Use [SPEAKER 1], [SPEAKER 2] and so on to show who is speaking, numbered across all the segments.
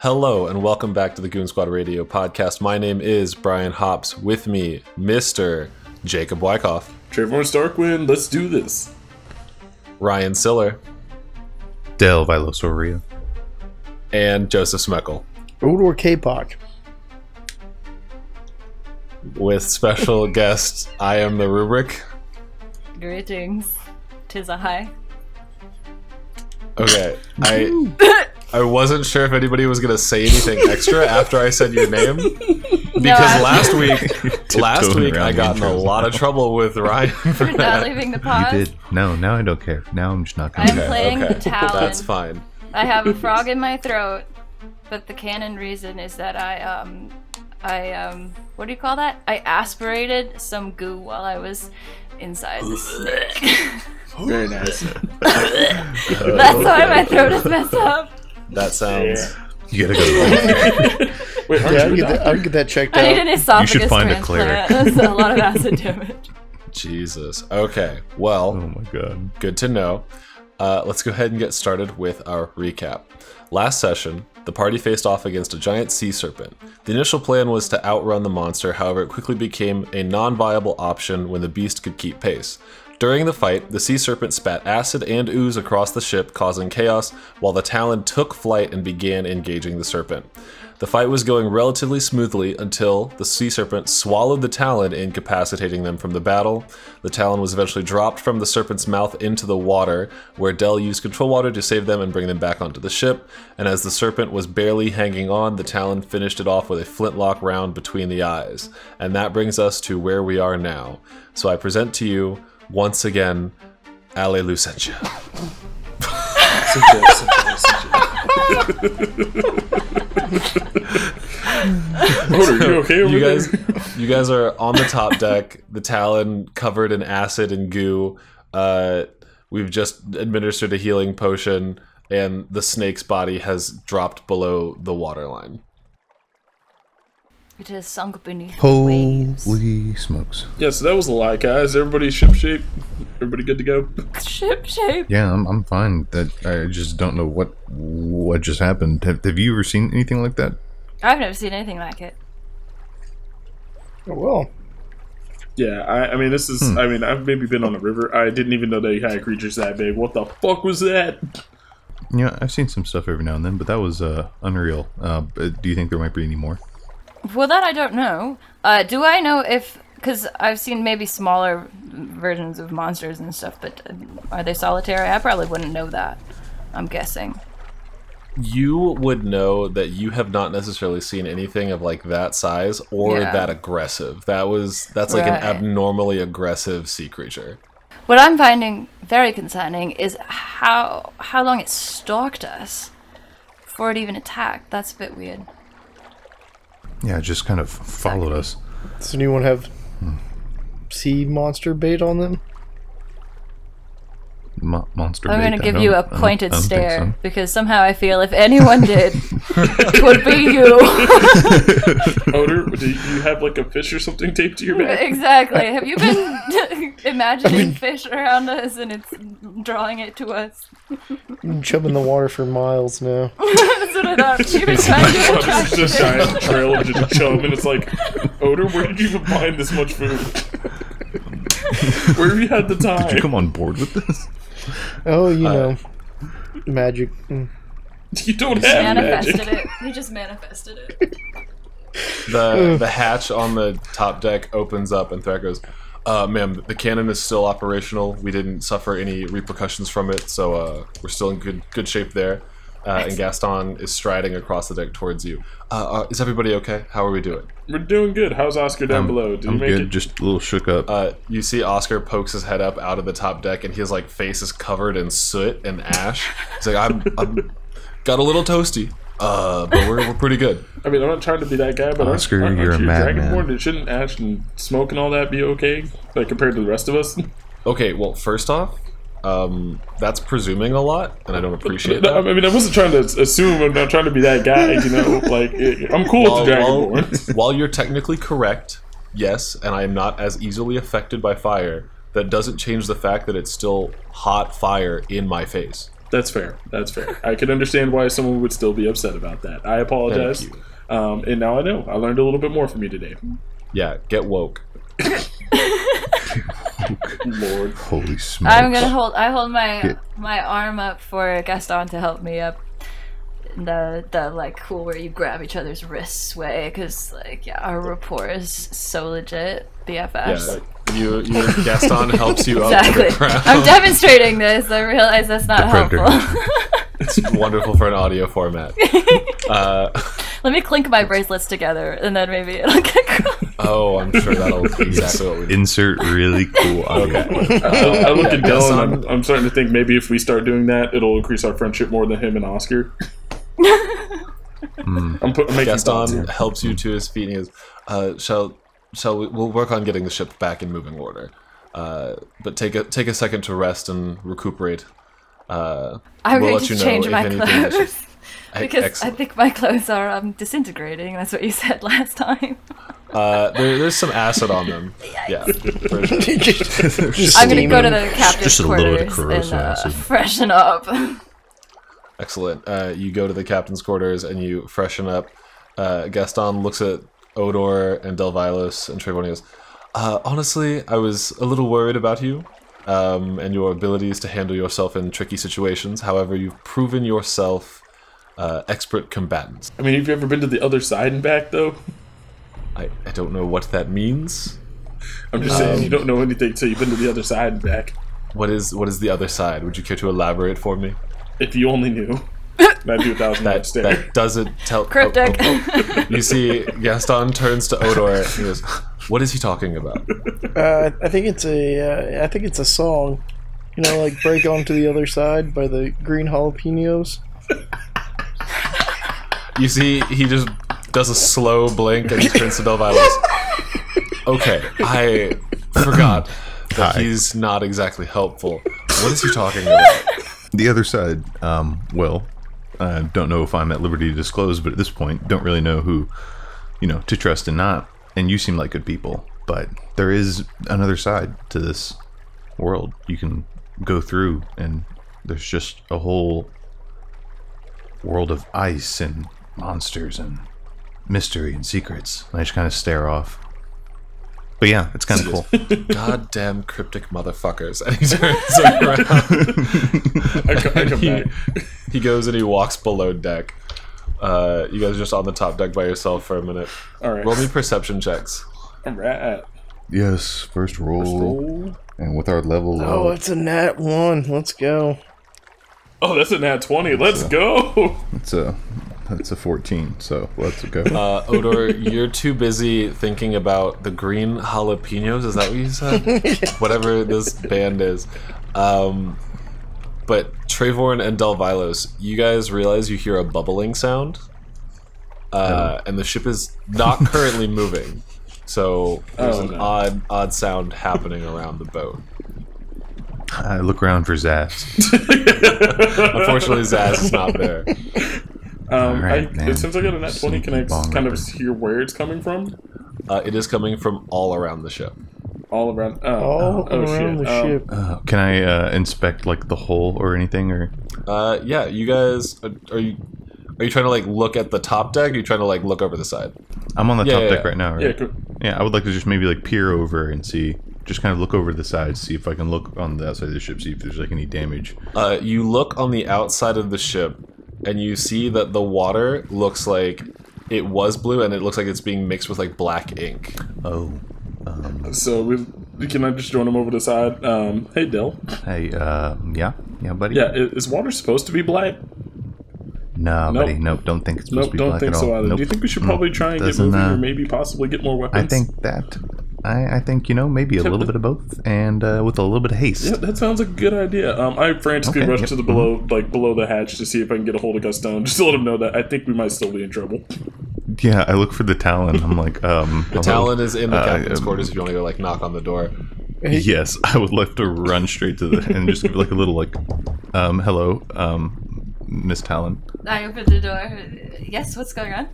[SPEAKER 1] Hello and welcome back to the Goon Squad Radio podcast. My name is Brian Hops. With me, Mr. Jacob Wyckoff,
[SPEAKER 2] Trayvon Starkwind, let's do this.
[SPEAKER 1] Ryan Siller,
[SPEAKER 3] Del Vilosoria.
[SPEAKER 1] and Joseph Smeckel.
[SPEAKER 4] Odor K-Pock.
[SPEAKER 1] With special guest, I am the rubric.
[SPEAKER 5] Greetings. Tis a high.
[SPEAKER 1] Okay, I I wasn't sure if anybody was gonna say anything extra after I said your name because
[SPEAKER 5] I-
[SPEAKER 1] last week last
[SPEAKER 3] Tiptoeing
[SPEAKER 1] week I
[SPEAKER 3] around the
[SPEAKER 1] got in a
[SPEAKER 3] intros
[SPEAKER 1] lot of trouble with Ryan for
[SPEAKER 5] You're not
[SPEAKER 1] that.
[SPEAKER 5] leaving the
[SPEAKER 3] You
[SPEAKER 5] pod.
[SPEAKER 3] did. No, now I don't care. Now I'm just not going
[SPEAKER 5] I'm
[SPEAKER 3] to.
[SPEAKER 5] playing
[SPEAKER 1] okay.
[SPEAKER 5] the talon.
[SPEAKER 1] That's fine.
[SPEAKER 5] I have a frog in my throat, but the canon reason is that I um I um what do you call that? I aspirated some goo while I was inside the snake.
[SPEAKER 2] Very nice.
[SPEAKER 5] That's why my throat is messed up.
[SPEAKER 1] That sounds
[SPEAKER 3] You gotta go to the
[SPEAKER 2] Wait, aren't
[SPEAKER 4] Yeah, I'll
[SPEAKER 2] you a
[SPEAKER 4] get, that,
[SPEAKER 2] doctor?
[SPEAKER 4] I'll get that checked
[SPEAKER 5] I need
[SPEAKER 4] out.
[SPEAKER 5] an esophagus
[SPEAKER 3] find a cleric.
[SPEAKER 5] transplant. That's a lot of acid damage.
[SPEAKER 1] Jesus. Okay. Well,
[SPEAKER 3] Oh my god.
[SPEAKER 1] good to know. Uh, let's go ahead and get started with our recap. Last session, the party faced off against a giant sea serpent. The initial plan was to outrun the monster, however, it quickly became a non viable option when the beast could keep pace. During the fight, the sea serpent spat acid and ooze across the ship, causing chaos, while the Talon took flight and began engaging the serpent. The fight was going relatively smoothly until the sea serpent swallowed the talon, incapacitating them from the battle. The talon was eventually dropped from the serpent's mouth into the water, where Dell used control water to save them and bring them back onto the ship. And as the serpent was barely hanging on, the talon finished it off with a flintlock round between the eyes. And that brings us to where we are now. So I present to you, once again, Ale Lucentia.
[SPEAKER 2] Odor, you okay over
[SPEAKER 1] you
[SPEAKER 2] there?
[SPEAKER 1] guys you guys are on the top deck the talon covered in acid and goo uh we've just administered a healing potion and the snake's body has dropped below the waterline
[SPEAKER 5] It has sunk beneath the waves.
[SPEAKER 3] Holy smokes.
[SPEAKER 2] Yeah, so that was a lie, guys. Everybody ship shape? Everybody good to go?
[SPEAKER 5] Ship shape.
[SPEAKER 3] Yeah, I'm, I'm fine. That I just don't know what what just happened. Have, have you ever seen anything like that?
[SPEAKER 5] I've never seen anything like it.
[SPEAKER 4] Oh, well,
[SPEAKER 2] Yeah, I, I mean, this is.
[SPEAKER 3] Hmm.
[SPEAKER 2] I mean, I've maybe been on a river. I didn't even know they had creatures that big. What the fuck was that?
[SPEAKER 3] Yeah, I've seen some stuff every now and then, but that was uh, unreal. Uh, but do you think there might be any more?
[SPEAKER 5] Well, that I don't know. Uh, do I know if? Because I've seen maybe smaller versions of monsters and stuff, but um, are they solitary? I probably wouldn't know that. I'm guessing.
[SPEAKER 1] you would know that you have not necessarily seen anything of like that size or
[SPEAKER 5] Yeah.
[SPEAKER 1] that aggressive that was that's like an
[SPEAKER 5] Right.
[SPEAKER 1] abnormally aggressive sea creature
[SPEAKER 5] What I'm finding very concerning is how how long it stalked us before it even attacked. That's a bit weird.
[SPEAKER 3] Yeah, it just kind of followed us.
[SPEAKER 4] does anyone have sea monster bait on them?
[SPEAKER 3] Mo- monster.
[SPEAKER 5] I'm
[SPEAKER 3] bait,
[SPEAKER 5] going to
[SPEAKER 3] I
[SPEAKER 5] give
[SPEAKER 3] don't-
[SPEAKER 5] you
[SPEAKER 3] I
[SPEAKER 5] a
[SPEAKER 3] don't-
[SPEAKER 5] pointed
[SPEAKER 3] I don't think
[SPEAKER 5] stare
[SPEAKER 3] so.
[SPEAKER 5] because somehow I feel if anyone did, it would be you.
[SPEAKER 2] Odor, do you have like a fish or something taped to your back?
[SPEAKER 5] exactly. Have you been imagining fish around us and it's drawing it to us?
[SPEAKER 4] I'm chubbing the water for miles now.
[SPEAKER 5] That's what I thought. You've been trying to attract
[SPEAKER 2] It's just a
[SPEAKER 5] fish.
[SPEAKER 2] giant trail of just chum, and it's like, Odor, where did you even find this much food? Where have you had the time?
[SPEAKER 3] Did you come on board with this?
[SPEAKER 4] Oh, you
[SPEAKER 2] Uh,
[SPEAKER 4] know, magic. Mm.
[SPEAKER 2] You don't have magic.
[SPEAKER 5] Manifested it. He just manifested it.
[SPEAKER 1] the the hatch on the top deck opens up and Thrak goes, uh, ma'am, the cannon is still operational. We didn't suffer any repercussions from it, so uh, we're still in good good shape there. Uh, and Gaston is striding across the deck towards you. Uh, uh, is everybody okay? How are we doing?
[SPEAKER 2] We're doing good. How's Oscar down
[SPEAKER 3] I'm-
[SPEAKER 2] below? Did
[SPEAKER 3] I'm
[SPEAKER 2] he make
[SPEAKER 3] good.
[SPEAKER 2] it?
[SPEAKER 3] Just a little shook up.
[SPEAKER 1] Uh, you see Oscar pokes his head up out of the top deck, and his like face is covered in soot and ash. He's like, I'm, I'm got a little toasty, uh, but we're, we're pretty good.
[SPEAKER 2] I mean, I'm not trying to be that guy, but aren't-
[SPEAKER 3] Oscar,
[SPEAKER 2] aren't,
[SPEAKER 3] Oh, you're a
[SPEAKER 2] you
[SPEAKER 3] madman.
[SPEAKER 2] Dragonborn? And shouldn't ash and smoke and all that be okay, like compared to the rest of us?
[SPEAKER 1] Okay, well, first off, um, that's presuming a lot, and I don't appreciate that.
[SPEAKER 2] I mean, I wasn't trying to assume. I'm not trying to be that guy, you know. Like, it- I'm cool
[SPEAKER 1] while,
[SPEAKER 2] with the
[SPEAKER 1] Uh, while,
[SPEAKER 2] Dragonborn.
[SPEAKER 1] while you're technically correct, yes, and I am not as easily affected by fire, that doesn't change the fact that it's still hot fire in my face.
[SPEAKER 2] That's fair. That's fair. I can understand why someone would still be upset about that. I apologize.
[SPEAKER 1] you.
[SPEAKER 2] Um, and now I know. I learned a little bit more from you today.
[SPEAKER 1] Yeah, get woke.
[SPEAKER 2] Lord.
[SPEAKER 3] Holy smokes!
[SPEAKER 5] I'm gonna hold. I hold my
[SPEAKER 3] Yeah.
[SPEAKER 5] my arm up for Gaston to help me up. The the like cool where you grab each other's wrists way because like yeah our rapport is so legit BFFs.
[SPEAKER 1] Yeah, you, you Gaston helps you up to Oh, the
[SPEAKER 5] Exactly.
[SPEAKER 1] ground.
[SPEAKER 5] I'm demonstrating this. I realize that's not
[SPEAKER 3] predator.
[SPEAKER 5] helpful.
[SPEAKER 1] It's wonderful for an audio format. Uh,
[SPEAKER 5] Let me clink my bracelets together and then maybe it'll get across.
[SPEAKER 1] oh, I'm sure that'll be exactly what we need.
[SPEAKER 3] Insert really cool audio.
[SPEAKER 2] I, I look at Dell
[SPEAKER 1] Yes,
[SPEAKER 2] and
[SPEAKER 1] I'm-
[SPEAKER 2] I'm, I'm starting to think maybe if we start doing that, it'll increase our friendship more than him and Oscar. I'm, put, I'm making thoughts
[SPEAKER 1] Gaston
[SPEAKER 2] here.
[SPEAKER 1] helps you to his feet and he goes, uh, shall, shall we, we'll work on getting the ship back in moving order. Uh, but take a, take a second to rest and recuperate. Uh,
[SPEAKER 5] I'm
[SPEAKER 1] we'll
[SPEAKER 5] going
[SPEAKER 1] let
[SPEAKER 5] to
[SPEAKER 1] you know
[SPEAKER 5] change
[SPEAKER 1] if
[SPEAKER 5] my
[SPEAKER 1] anything is-
[SPEAKER 5] clothes
[SPEAKER 1] I-
[SPEAKER 5] because
[SPEAKER 1] excellent.
[SPEAKER 5] I think my clothes are um, disintegrating. That's what you said last time.
[SPEAKER 1] Uh, there, there's some acid on them. yeah. for sure.
[SPEAKER 5] I'm gonna go to the captain's
[SPEAKER 6] just a little bit of
[SPEAKER 5] quarters
[SPEAKER 6] corrosive
[SPEAKER 5] and uh,
[SPEAKER 6] acid.
[SPEAKER 5] freshen up.
[SPEAKER 1] Excellent. Uh, you go to the captain's quarters and you freshen up. Uh, Gaston looks at Odor and Delvilos and Trayvon and goes, uh, Honestly, I was a little worried about you um, and your abilities to handle yourself in tricky situations. However, you've proven yourself uh, expert combatants.
[SPEAKER 2] I mean, have you ever been to the other side and back, though?
[SPEAKER 1] I, I don't know what that means.
[SPEAKER 2] I'm just saying, you
[SPEAKER 3] Um,
[SPEAKER 2] don't know anything till you've been to the other side and back.
[SPEAKER 1] What is what is the other side? Would you care to elaborate for me?
[SPEAKER 2] If you only knew. And I do a thousand
[SPEAKER 1] That
[SPEAKER 2] steps there.
[SPEAKER 1] that doesn't tell. oh,
[SPEAKER 5] Cryptic.
[SPEAKER 1] oh, You see, Gaston turns to Odor and he goes, "What is he talking about?"
[SPEAKER 4] Uh, I think it's a. Uh, I think it's a song. You know, like "Break On to the Other Side" by the Green Jalapenos.
[SPEAKER 1] You see, he just does a slow blink and turns to Delvilos. Okay, I forgot that
[SPEAKER 3] Hi.
[SPEAKER 1] he's not exactly helpful. What is he talking about?
[SPEAKER 3] The other side, um, well, I don't know if I'm at liberty to disclose, but at this point, don't really know who, you know, to trust and not. And you seem like good people, but there is another side to this world you can go through, and there's just a whole world of ice and monsters and mystery and secrets. And I just kind of stare off. But yeah, it's kind of cool.
[SPEAKER 1] Goddamn cryptic motherfuckers. And he turns around.
[SPEAKER 2] I come, I come
[SPEAKER 1] He,
[SPEAKER 2] back.
[SPEAKER 1] he goes and he walks below deck. Uh, you guys are just on the top deck by yourself for a minute.
[SPEAKER 2] All right.
[SPEAKER 1] Roll me perception checks.
[SPEAKER 2] All right.
[SPEAKER 3] yes, first roll,
[SPEAKER 2] Roll.
[SPEAKER 3] and with our level
[SPEAKER 4] Oh, it's a nat one. Let's go.
[SPEAKER 2] Oh, that's a nat 20. Let's go.
[SPEAKER 3] It's a that's a 14, so let's go.
[SPEAKER 1] Uh, Odor, you're too busy thinking about the green jalapenos. Is that what you said? Whatever this band is. Um, but Travorn and Delvilos, you guys realize you hear a bubbling sound,
[SPEAKER 2] Oh.
[SPEAKER 1] uh, and the ship is not currently moving. So there's
[SPEAKER 2] Oh,
[SPEAKER 1] an
[SPEAKER 2] no.
[SPEAKER 1] odd, odd sound happening around the boat.
[SPEAKER 3] I look around for Zaz.
[SPEAKER 1] Unfortunately, Zaz is not there.
[SPEAKER 2] Um,
[SPEAKER 3] Alright,
[SPEAKER 2] I,
[SPEAKER 3] man.
[SPEAKER 2] since I got a nat 20, can I
[SPEAKER 3] Sneaky bong
[SPEAKER 2] kind of
[SPEAKER 3] ripper.
[SPEAKER 2] hear where it's coming from?
[SPEAKER 1] Uh, it is coming from all around the ship.
[SPEAKER 2] All around. Oh,
[SPEAKER 4] All
[SPEAKER 2] oh, oh,
[SPEAKER 4] around
[SPEAKER 2] shit.
[SPEAKER 4] the
[SPEAKER 2] Um,
[SPEAKER 4] ship.
[SPEAKER 3] Uh, can I uh, inspect like the hole or anything? Or
[SPEAKER 1] Uh, yeah, you guys are, are you are you trying to like look at the top deck? Or are you trying to like look over the side?
[SPEAKER 3] I'm on the
[SPEAKER 1] Yeah,
[SPEAKER 3] top
[SPEAKER 1] yeah,
[SPEAKER 3] deck
[SPEAKER 1] yeah.
[SPEAKER 3] right now.
[SPEAKER 2] Yeah,
[SPEAKER 3] Right?
[SPEAKER 2] cool.
[SPEAKER 3] Yeah, I would like to just maybe like peer over and see, just kind of look over the side, see if I can look on the outside of the ship, see if there's like any damage.
[SPEAKER 1] Uh, you look on the outside of the ship, and you see that the water looks like it was blue, and it looks like it's being mixed with like black ink.
[SPEAKER 3] Oh,
[SPEAKER 2] so we can I just join him over the side? Um, hey, Dell.
[SPEAKER 3] hey, uh, yeah, yeah, buddy.
[SPEAKER 2] Yeah, i- is water supposed to be black?
[SPEAKER 3] No,
[SPEAKER 2] Nope.
[SPEAKER 3] buddy, nope. Don't think it's supposed
[SPEAKER 2] Nope,
[SPEAKER 3] to be
[SPEAKER 2] don't
[SPEAKER 3] black
[SPEAKER 2] think
[SPEAKER 3] at
[SPEAKER 2] so
[SPEAKER 3] all.
[SPEAKER 2] either.
[SPEAKER 3] Nope.
[SPEAKER 2] Do you think we should probably try and get
[SPEAKER 3] Doesn't,
[SPEAKER 2] moving
[SPEAKER 3] uh,
[SPEAKER 2] or maybe possibly get more weapons?
[SPEAKER 3] I think that I, I think you know maybe a little bit of both, and uh, with a little bit of haste.
[SPEAKER 2] Yeah, that sounds like a good idea. Um, I frantically
[SPEAKER 3] Okay, Mm-hmm.
[SPEAKER 2] rushed
[SPEAKER 3] yep,
[SPEAKER 2] to the below, like below the hatch, to see if I can get a hold of Gaston, just to let him know that I think we might still be in trouble.
[SPEAKER 3] Yeah, I look for the talon. I'm like, um, the
[SPEAKER 1] Talon is in the
[SPEAKER 3] Uh,
[SPEAKER 1] captain's
[SPEAKER 3] um,
[SPEAKER 1] quarters. If you want to go like knock on the door,
[SPEAKER 3] Yes, I would like to run straight to the and just give like a little like, um, hello, um, Miss Talon.
[SPEAKER 5] I open the door. Yes, what's going on?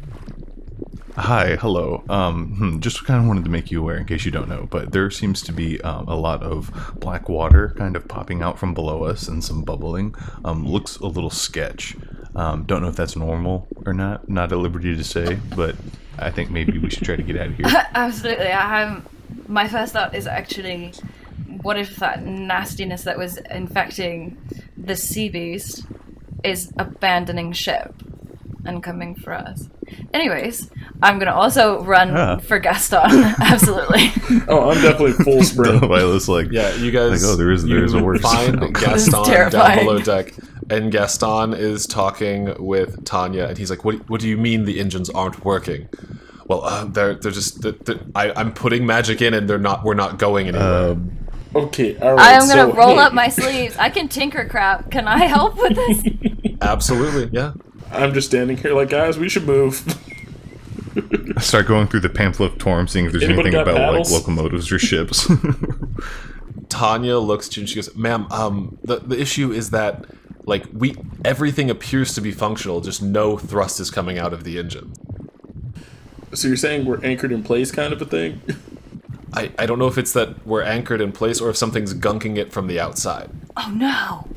[SPEAKER 3] Hi, hello. Um, hmm, just kind of wanted to make you aware in case you don't know, but there seems to be um, a lot of black water kind of popping out from below us and some bubbling. Um, looks a little sketch. Um, don't know if that's normal or not. Not at liberty to say, but I think maybe we should try to get out of here.
[SPEAKER 5] Absolutely. I have. My first thought is actually, what if that nastiness that was infecting the sea beast is abandoning ship and coming for us? Anyways, I'm gonna also run
[SPEAKER 3] Yeah.
[SPEAKER 5] for Gaston. Absolutely.
[SPEAKER 2] Oh, I'm definitely full sprint.
[SPEAKER 3] Lila's like,
[SPEAKER 1] Yeah, you guys.
[SPEAKER 3] Like, oh, there is- there
[SPEAKER 1] you
[SPEAKER 3] is a worse
[SPEAKER 1] Find
[SPEAKER 3] outcome.
[SPEAKER 1] Gaston down
[SPEAKER 5] terrifying.
[SPEAKER 1] below deck, and Gaston is talking with Tanya, and he's like, "What? What do you mean the engines aren't working?" Well, uh, they're they're just they're, they're- I, I'm putting magic in, and they're not. We're not going anywhere.
[SPEAKER 3] Um,
[SPEAKER 2] Okay, all right.
[SPEAKER 5] I am gonna
[SPEAKER 2] so,
[SPEAKER 5] roll
[SPEAKER 2] hey,
[SPEAKER 5] up my sleeves. I can tinker crap. Can I help with this?
[SPEAKER 1] Absolutely, yeah.
[SPEAKER 2] I'm just standing here like, guys, we should move.
[SPEAKER 3] Start going through the pamphlet of Torm, seeing if there's
[SPEAKER 2] Anybody
[SPEAKER 3] anything
[SPEAKER 2] got
[SPEAKER 3] about
[SPEAKER 2] paddles?
[SPEAKER 3] like locomotives or ships.
[SPEAKER 1] Tanya looks to you and she goes, "Ma'am, um, the the issue is that like we everything appears to be functional, just no thrust is coming out of the engine.
[SPEAKER 2] so you're saying we're anchored in place, kind of a thing?
[SPEAKER 1] I I don't know if it's that we're anchored in place or if something's gunking it from the outside.
[SPEAKER 5] Oh no.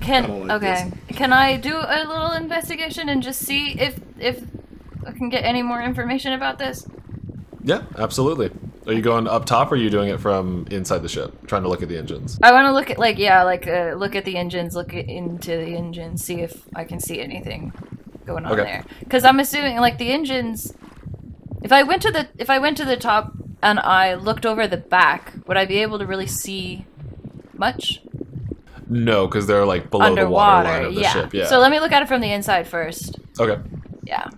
[SPEAKER 5] Can
[SPEAKER 2] don't like
[SPEAKER 5] okay. Can I do a little investigation and just see if if I can get any more information about this?
[SPEAKER 1] Yeah, absolutely. Are you going up top or are you doing it from inside the ship, trying to look at the engines?
[SPEAKER 5] I want to look at like yeah, like uh, look at the engines, look i- into the engines, see if I can see anything going on
[SPEAKER 1] Okay.
[SPEAKER 5] there. Because I'm assuming like the engines. If I went to the if I went to the top and I looked over the back, would I be able to really see much
[SPEAKER 1] No, because they're like below the water
[SPEAKER 5] underwater?
[SPEAKER 1] line of the
[SPEAKER 5] yeah.
[SPEAKER 1] ship. Yeah.
[SPEAKER 5] So let me look at it from the inside first.
[SPEAKER 1] okay.
[SPEAKER 5] Yeah.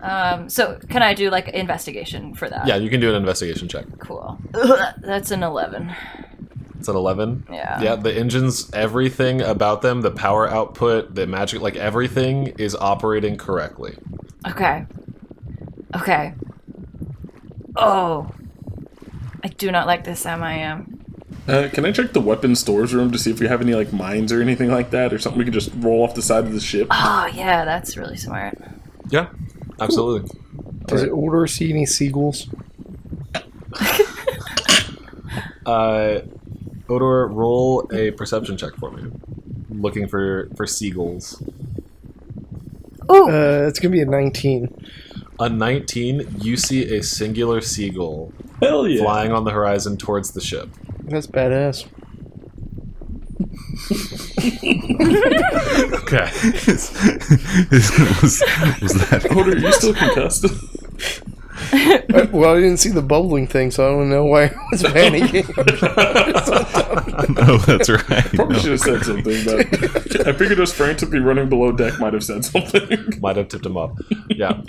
[SPEAKER 5] Um, so can I do like investigation for that?
[SPEAKER 1] Yeah, you can do an investigation check.
[SPEAKER 5] Cool. Ugh, that's an eleven.
[SPEAKER 1] It's at eleven.
[SPEAKER 5] Yeah.
[SPEAKER 1] Yeah. The engines, everything about them, the power output, the magic, like everything is operating correctly.
[SPEAKER 5] Okay. Okay. Oh. I do not like this Sam I am.
[SPEAKER 2] Uh, can I check the weapon stores room to see if we have any like mines or anything like that, or something we can just roll off the side of the ship?
[SPEAKER 5] Oh yeah, that's really smart.
[SPEAKER 1] Yeah. Absolutely.
[SPEAKER 4] Does it order see any seagulls?
[SPEAKER 1] Uh, Odor, roll a perception check for me. Looking for for seagulls.
[SPEAKER 5] Ooh.
[SPEAKER 4] Uh, it's gonna be a 19.
[SPEAKER 1] A nineteen, you see a singular seagull
[SPEAKER 2] Hell yeah!
[SPEAKER 1] flying on the horizon towards the ship.
[SPEAKER 4] That's badass.
[SPEAKER 3] okay. was, was that?
[SPEAKER 2] Hoder, are you still concussed?
[SPEAKER 4] Uh, well, I didn't see the bubbling thing, so I don't know why I was panicking.
[SPEAKER 3] no, Oh, that's right.
[SPEAKER 2] Probably
[SPEAKER 3] No.
[SPEAKER 2] should have said something, but I figured us friends would be running below deck might have said something.
[SPEAKER 1] Might have tipped him up. Yeah.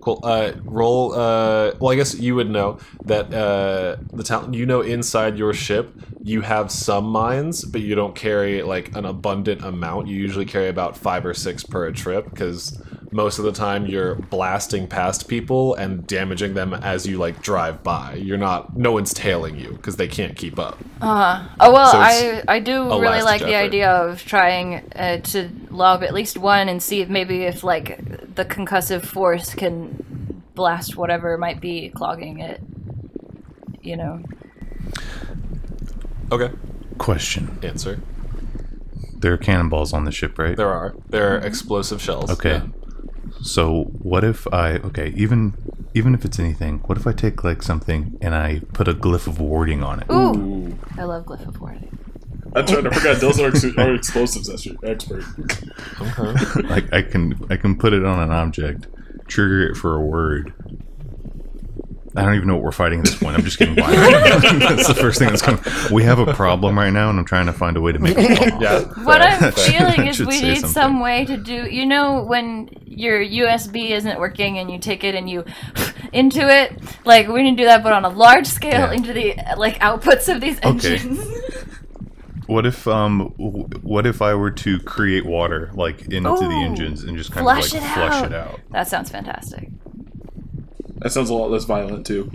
[SPEAKER 1] Cool. Uh, roll. Uh, well, I guess you would know that uh, the town. You know, inside your ship, you have some mines, but you don't carry like an abundant amount. You usually carry about five or six per a trip because most of the time you're blasting past people and damaging them as you like drive by. You're not. No one's tailing you because they can't keep up.
[SPEAKER 5] Oh well,
[SPEAKER 1] So
[SPEAKER 5] I
[SPEAKER 1] it's
[SPEAKER 5] I do really
[SPEAKER 1] last
[SPEAKER 5] like the
[SPEAKER 1] effort.
[SPEAKER 5] idea of trying uh, to lob at least one and see if maybe if like the concussive force can blast whatever might be clogging it. You know.
[SPEAKER 1] Okay.
[SPEAKER 3] Question:
[SPEAKER 1] Answer.
[SPEAKER 3] There are cannonballs on the ship, right?
[SPEAKER 1] There are. There are explosive shells.
[SPEAKER 3] Okay.
[SPEAKER 1] Yeah.
[SPEAKER 3] So what if I okay, even even if it's anything, what if I take like something and I put a glyph of warding on it?
[SPEAKER 5] Ooh.
[SPEAKER 2] Ooh.
[SPEAKER 5] I love glyph of warding.
[SPEAKER 2] That's right. I forgot Dell's our, ex- our explosives expert- expert.
[SPEAKER 1] Okay.
[SPEAKER 3] like I can I can put it on an object, trigger it for a word. I don't even know what we're fighting at this point. I'm just getting blind. that's the first thing that's coming. We have a problem right now, and I'm trying to find a way to make it. solved.
[SPEAKER 1] Yeah.
[SPEAKER 5] What
[SPEAKER 1] fair.
[SPEAKER 5] I'm
[SPEAKER 1] Fair.
[SPEAKER 5] feeling
[SPEAKER 3] I
[SPEAKER 5] is
[SPEAKER 3] should
[SPEAKER 5] we
[SPEAKER 3] say
[SPEAKER 5] need
[SPEAKER 3] something.
[SPEAKER 5] some way to do. You know, when your USB isn't working and you take it and you into it, like we need to do that, but on a large scale
[SPEAKER 3] Yeah.
[SPEAKER 5] into the like outputs of these
[SPEAKER 3] Okay.
[SPEAKER 5] engines.
[SPEAKER 3] What if um, w- what if I were to create water like into the
[SPEAKER 5] Ooh,
[SPEAKER 3] engines and just kind
[SPEAKER 5] Oh,
[SPEAKER 3] of
[SPEAKER 5] flush
[SPEAKER 3] like
[SPEAKER 5] it
[SPEAKER 3] flush
[SPEAKER 5] out.
[SPEAKER 3] it out?
[SPEAKER 5] that sounds fantastic.
[SPEAKER 2] That sounds a lot less violent too.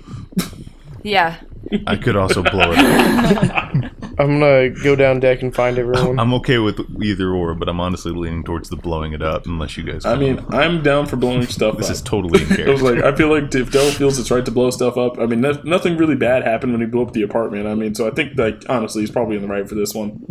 [SPEAKER 5] Yeah.
[SPEAKER 3] I could also blow it up.
[SPEAKER 4] I'm gonna go down deck and find everyone.
[SPEAKER 3] I'm okay with either or, but I'm honestly leaning towards the blowing it up, unless you guys.
[SPEAKER 2] I mean, I'm down for blowing stuff
[SPEAKER 3] this
[SPEAKER 2] up.
[SPEAKER 3] is totally in
[SPEAKER 2] it was
[SPEAKER 3] character.
[SPEAKER 2] like I feel like if Dell feels it's right to blow stuff up. I mean, no, nothing really bad happened when he blew up the apartment. I mean, so I think like honestly, he's probably in the right for this one.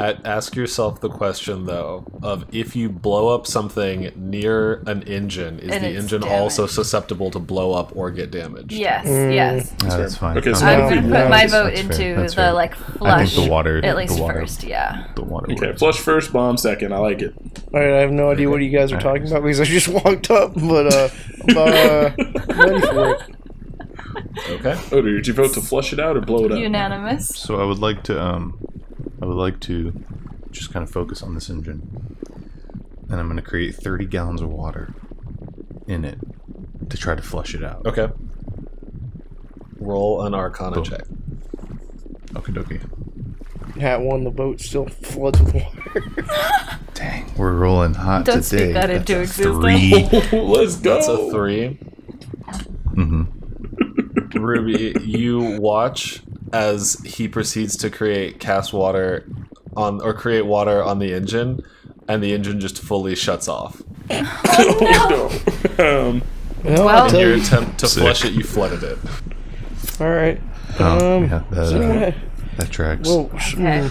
[SPEAKER 1] At, ask yourself the question though of if you blow up something near an engine, is
[SPEAKER 5] And
[SPEAKER 1] the
[SPEAKER 5] it's
[SPEAKER 1] engine
[SPEAKER 5] damaged.
[SPEAKER 1] also susceptible to blow up or get damaged?
[SPEAKER 5] Yes,
[SPEAKER 4] Mm.
[SPEAKER 5] yes.
[SPEAKER 3] Ah, that's fine.
[SPEAKER 2] Okay, so
[SPEAKER 5] I'm
[SPEAKER 2] No,
[SPEAKER 5] gonna
[SPEAKER 2] no,
[SPEAKER 5] put my
[SPEAKER 2] that's-
[SPEAKER 5] vote
[SPEAKER 3] that's
[SPEAKER 5] into
[SPEAKER 3] fair, that's
[SPEAKER 5] the
[SPEAKER 3] fair.
[SPEAKER 5] like
[SPEAKER 3] I
[SPEAKER 5] flush
[SPEAKER 3] think the water,
[SPEAKER 5] at least
[SPEAKER 3] the water,
[SPEAKER 5] first, yeah.
[SPEAKER 3] the water.
[SPEAKER 2] Okay,
[SPEAKER 3] works.
[SPEAKER 2] flush first, bomb second. I like it.
[SPEAKER 4] All right, I have no idea what you guys are talking about because I just walked up, but uh, I'm, uh, I'm ready for it.
[SPEAKER 1] Okay.
[SPEAKER 2] Oh, did you vote to flush it out or blow it up?
[SPEAKER 5] Unanimous.
[SPEAKER 3] So I would like to, um, I would like to just kind of focus on this engine, and I'm going to create 30 gallons of water in it to try to flush it out.
[SPEAKER 1] Okay. Roll an Arcana
[SPEAKER 3] Boom.
[SPEAKER 1] check.
[SPEAKER 3] Okay, dokie.
[SPEAKER 4] Hat one, the boat still floods with water.
[SPEAKER 3] Dang, we're rolling hot
[SPEAKER 5] Don't speak
[SPEAKER 3] today.
[SPEAKER 5] that
[SPEAKER 3] That's
[SPEAKER 5] into
[SPEAKER 3] a
[SPEAKER 5] existence.
[SPEAKER 3] Three.
[SPEAKER 2] Let's go.
[SPEAKER 1] That's a three.
[SPEAKER 3] hmm Mm-hmm.
[SPEAKER 1] Ruby, you watch as he proceeds to create cast water on or create water on the engine, and the engine just fully shuts off.
[SPEAKER 2] Oh, no. um,
[SPEAKER 4] Well,
[SPEAKER 5] Well-
[SPEAKER 4] I'll tell
[SPEAKER 1] Your
[SPEAKER 4] you.
[SPEAKER 1] attempt to
[SPEAKER 3] Sick.
[SPEAKER 1] flush it, you flooded it.
[SPEAKER 4] All right.
[SPEAKER 3] Oh,
[SPEAKER 4] Um,
[SPEAKER 3] yeah, that,
[SPEAKER 4] So,
[SPEAKER 3] uh,
[SPEAKER 4] uh,
[SPEAKER 3] that tracks.
[SPEAKER 4] well,
[SPEAKER 5] Okay.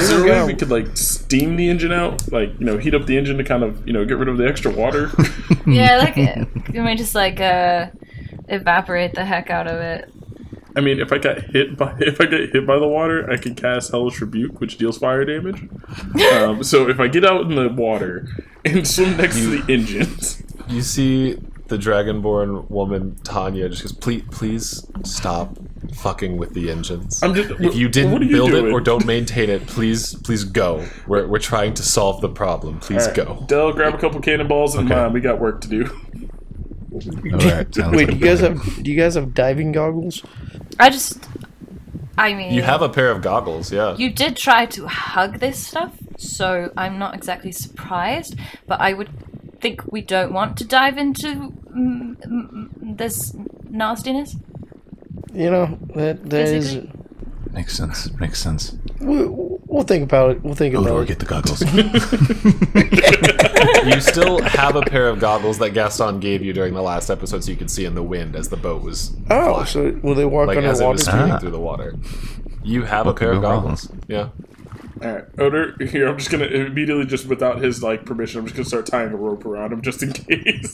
[SPEAKER 2] is there a way
[SPEAKER 4] Yeah.
[SPEAKER 2] we could like steam the engine out? Like you know, heat up the engine to kind of you know get rid of the extra water.
[SPEAKER 5] Yeah, like it it might just like uh evaporate the heck out of it.
[SPEAKER 2] I mean, if I got hit by if I get hit by the water, I could cast Hellish Rebuke, which deals fire damage. Um, so if I get out in the water and swim next to the engines,
[SPEAKER 1] You see the dragonborn woman Tanya just goes, please, please stop fucking with the engines.
[SPEAKER 2] I'm just
[SPEAKER 1] if you didn't
[SPEAKER 2] what are you
[SPEAKER 1] build it
[SPEAKER 2] doing?
[SPEAKER 1] or don't maintain it, please, please go. We're, we're trying to solve the problem. Please
[SPEAKER 2] All
[SPEAKER 1] go.
[SPEAKER 2] right, Dell, grab a couple cannonballs and
[SPEAKER 3] Okay.
[SPEAKER 2] mine. We got work to do.
[SPEAKER 3] All right, sounds like
[SPEAKER 4] wait,
[SPEAKER 3] a
[SPEAKER 4] do you guys
[SPEAKER 3] plan.
[SPEAKER 4] have do you guys have diving goggles?
[SPEAKER 5] I just I mean
[SPEAKER 1] You have a pair of goggles, yeah.
[SPEAKER 5] You did try to hug this stuff, so I'm not exactly surprised, but I would think we don't want to dive into mm, mm, this nastiness.
[SPEAKER 4] You know that that is-
[SPEAKER 5] Basically.
[SPEAKER 3] Makes sense. Makes sense.
[SPEAKER 4] We, we'll think about it. We'll think
[SPEAKER 3] Odor,
[SPEAKER 4] about it.
[SPEAKER 3] get the goggles.
[SPEAKER 1] you still have a pair of goggles that Gaston gave you during the last episode, so you could see in the wind as the boat was
[SPEAKER 4] Oh, so will they walk
[SPEAKER 1] like as it was
[SPEAKER 4] underwater?
[SPEAKER 1] speeding
[SPEAKER 3] Ah.
[SPEAKER 1] through the water. You have
[SPEAKER 3] What
[SPEAKER 1] a pair
[SPEAKER 3] could
[SPEAKER 1] of
[SPEAKER 3] go wrong?
[SPEAKER 1] goggles. Yeah.
[SPEAKER 2] All right, Odor. Here, I'm just gonna immediately, just without his like permission, I'm just gonna start tying a rope around him just in case.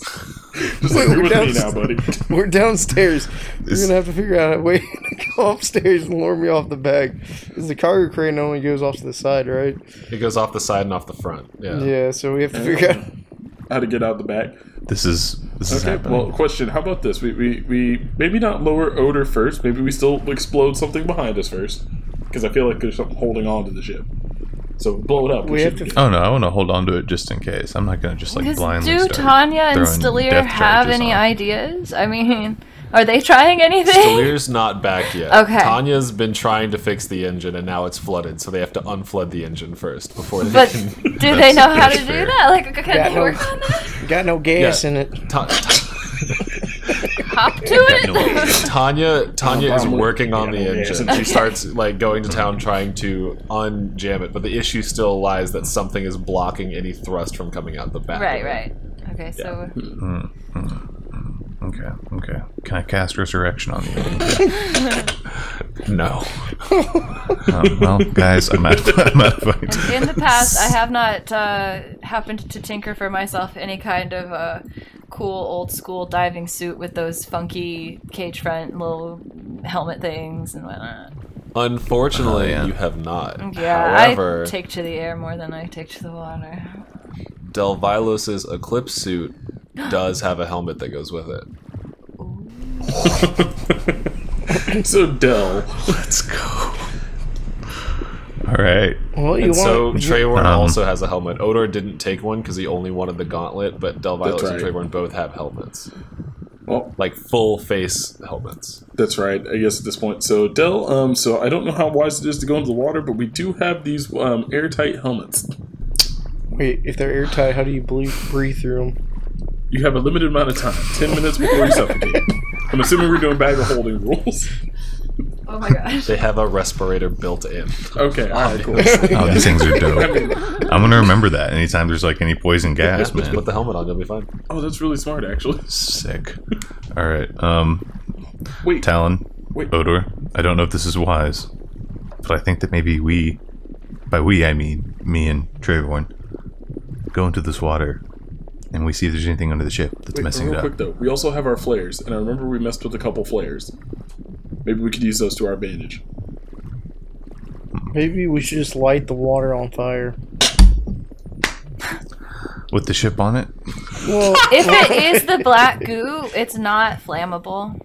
[SPEAKER 2] just like,
[SPEAKER 4] Wait,
[SPEAKER 2] you're with me
[SPEAKER 4] that's-
[SPEAKER 2] now, buddy.
[SPEAKER 4] We're downstairs. We're gonna have to figure out a way to go upstairs and lure me off the bag. Because the cargo crane only goes off to the side, right?
[SPEAKER 1] It goes off the side and off the front. Yeah.
[SPEAKER 4] Yeah, so we have to figure out.
[SPEAKER 2] How to get out the back?
[SPEAKER 3] This is this is
[SPEAKER 2] Okay.
[SPEAKER 3] happening.
[SPEAKER 2] Well, question. How about this? We, we we maybe not lower odor first. Maybe we still explode something behind us first, because I feel like there's something holding on to the ship. So blow it up.
[SPEAKER 4] We
[SPEAKER 2] should
[SPEAKER 4] have to-
[SPEAKER 2] get-
[SPEAKER 3] Oh no, I want to hold on to it just in case. I'm not gonna just like
[SPEAKER 5] Because
[SPEAKER 3] blindly.
[SPEAKER 5] do
[SPEAKER 3] start
[SPEAKER 5] Tanya and
[SPEAKER 3] throwing
[SPEAKER 5] Stelir
[SPEAKER 3] death
[SPEAKER 5] have
[SPEAKER 3] charges
[SPEAKER 5] any
[SPEAKER 3] on it.
[SPEAKER 5] ideas? I mean, are they trying anything?
[SPEAKER 1] Lear's not back yet.
[SPEAKER 5] Okay.
[SPEAKER 1] Tanya's been trying to fix the engine and now it's flooded, so they have to unflood the engine first before they
[SPEAKER 5] But
[SPEAKER 1] can.
[SPEAKER 5] do they know how to
[SPEAKER 3] that's
[SPEAKER 5] do
[SPEAKER 3] fair.
[SPEAKER 5] that? Like, can
[SPEAKER 4] Yeah,
[SPEAKER 5] they
[SPEAKER 4] no.
[SPEAKER 5] work on that?
[SPEAKER 4] Got no gas
[SPEAKER 1] Yeah.
[SPEAKER 4] in it.
[SPEAKER 1] Ta- Ta-
[SPEAKER 5] Hop to it?
[SPEAKER 1] Tanya Tanya is
[SPEAKER 2] Probably.
[SPEAKER 1] working on the
[SPEAKER 2] Yeah,
[SPEAKER 1] engine.
[SPEAKER 2] yeah.
[SPEAKER 1] She starts like going to town trying to unjam it, but the issue still lies that something is blocking any thrust from coming out the back. of
[SPEAKER 5] right,
[SPEAKER 1] it.
[SPEAKER 5] right. Okay, so
[SPEAKER 3] Okay, okay. Can I cast resurrection on you?
[SPEAKER 1] No.
[SPEAKER 3] um, well, guys, I'm out. Of, I'm out of ideas.
[SPEAKER 5] in the past, I have not uh, happened to tinker for myself any kind of uh, cool old school diving suit with those funky cage front little helmet things and whatnot.
[SPEAKER 1] Unfortunately,
[SPEAKER 3] Oh, yeah.
[SPEAKER 1] you have not.
[SPEAKER 5] Yeah,
[SPEAKER 1] However,
[SPEAKER 5] I take to the air more than I take to the water.
[SPEAKER 1] Delvilos's eclipse suit does have a helmet that goes with it.
[SPEAKER 2] so Dell.
[SPEAKER 3] Let's go. All right.
[SPEAKER 4] Well, you
[SPEAKER 1] And
[SPEAKER 4] want
[SPEAKER 1] so Trayvon
[SPEAKER 3] Um,
[SPEAKER 1] also has a helmet. Odor didn't take one because he only wanted the gauntlet, but Delvilos
[SPEAKER 2] That's
[SPEAKER 1] and
[SPEAKER 2] right.
[SPEAKER 1] Trayvon both have helmets.
[SPEAKER 2] Well,
[SPEAKER 1] Like full face helmets.
[SPEAKER 2] Oh, that's right. I guess at this point. So Dell. Um. So I don't know how wise it is to go into the water, but we do have these um airtight helmets.
[SPEAKER 4] wait. If they're airtight, how do you ble- breathe through them?
[SPEAKER 2] You have a limited amount of time. Ten minutes before you suffocate. I'm assuming we're doing bag of holding rules.
[SPEAKER 5] Oh my gosh.
[SPEAKER 1] They have a respirator built in.
[SPEAKER 2] Okay, all right, cool.
[SPEAKER 3] Oh, these things are
[SPEAKER 2] I
[SPEAKER 3] dope.
[SPEAKER 2] mean,
[SPEAKER 3] I'm gonna remember that anytime there's like any poison gas,
[SPEAKER 1] Just
[SPEAKER 3] man.
[SPEAKER 1] put the helmet on, you'll be fine.
[SPEAKER 2] oh, that's really smart, actually.
[SPEAKER 3] Sick. All right, um,
[SPEAKER 2] Wait,
[SPEAKER 3] Talon,
[SPEAKER 2] Wait.
[SPEAKER 3] Odor. I don't know if this is wise, but I think that maybe we, by we I mean me and Travorn, go into this water, and we see if there's anything under the ship that's
[SPEAKER 2] wait
[SPEAKER 3] messing
[SPEAKER 2] real
[SPEAKER 3] it up.
[SPEAKER 2] quick though. We also have our flares, and I remember we messed with a couple flares. Maybe we could use those to our advantage.
[SPEAKER 4] Maybe we should just light the water on fire.
[SPEAKER 3] With the ship on it,
[SPEAKER 4] Well,
[SPEAKER 5] If it is the black goo, it's not flammable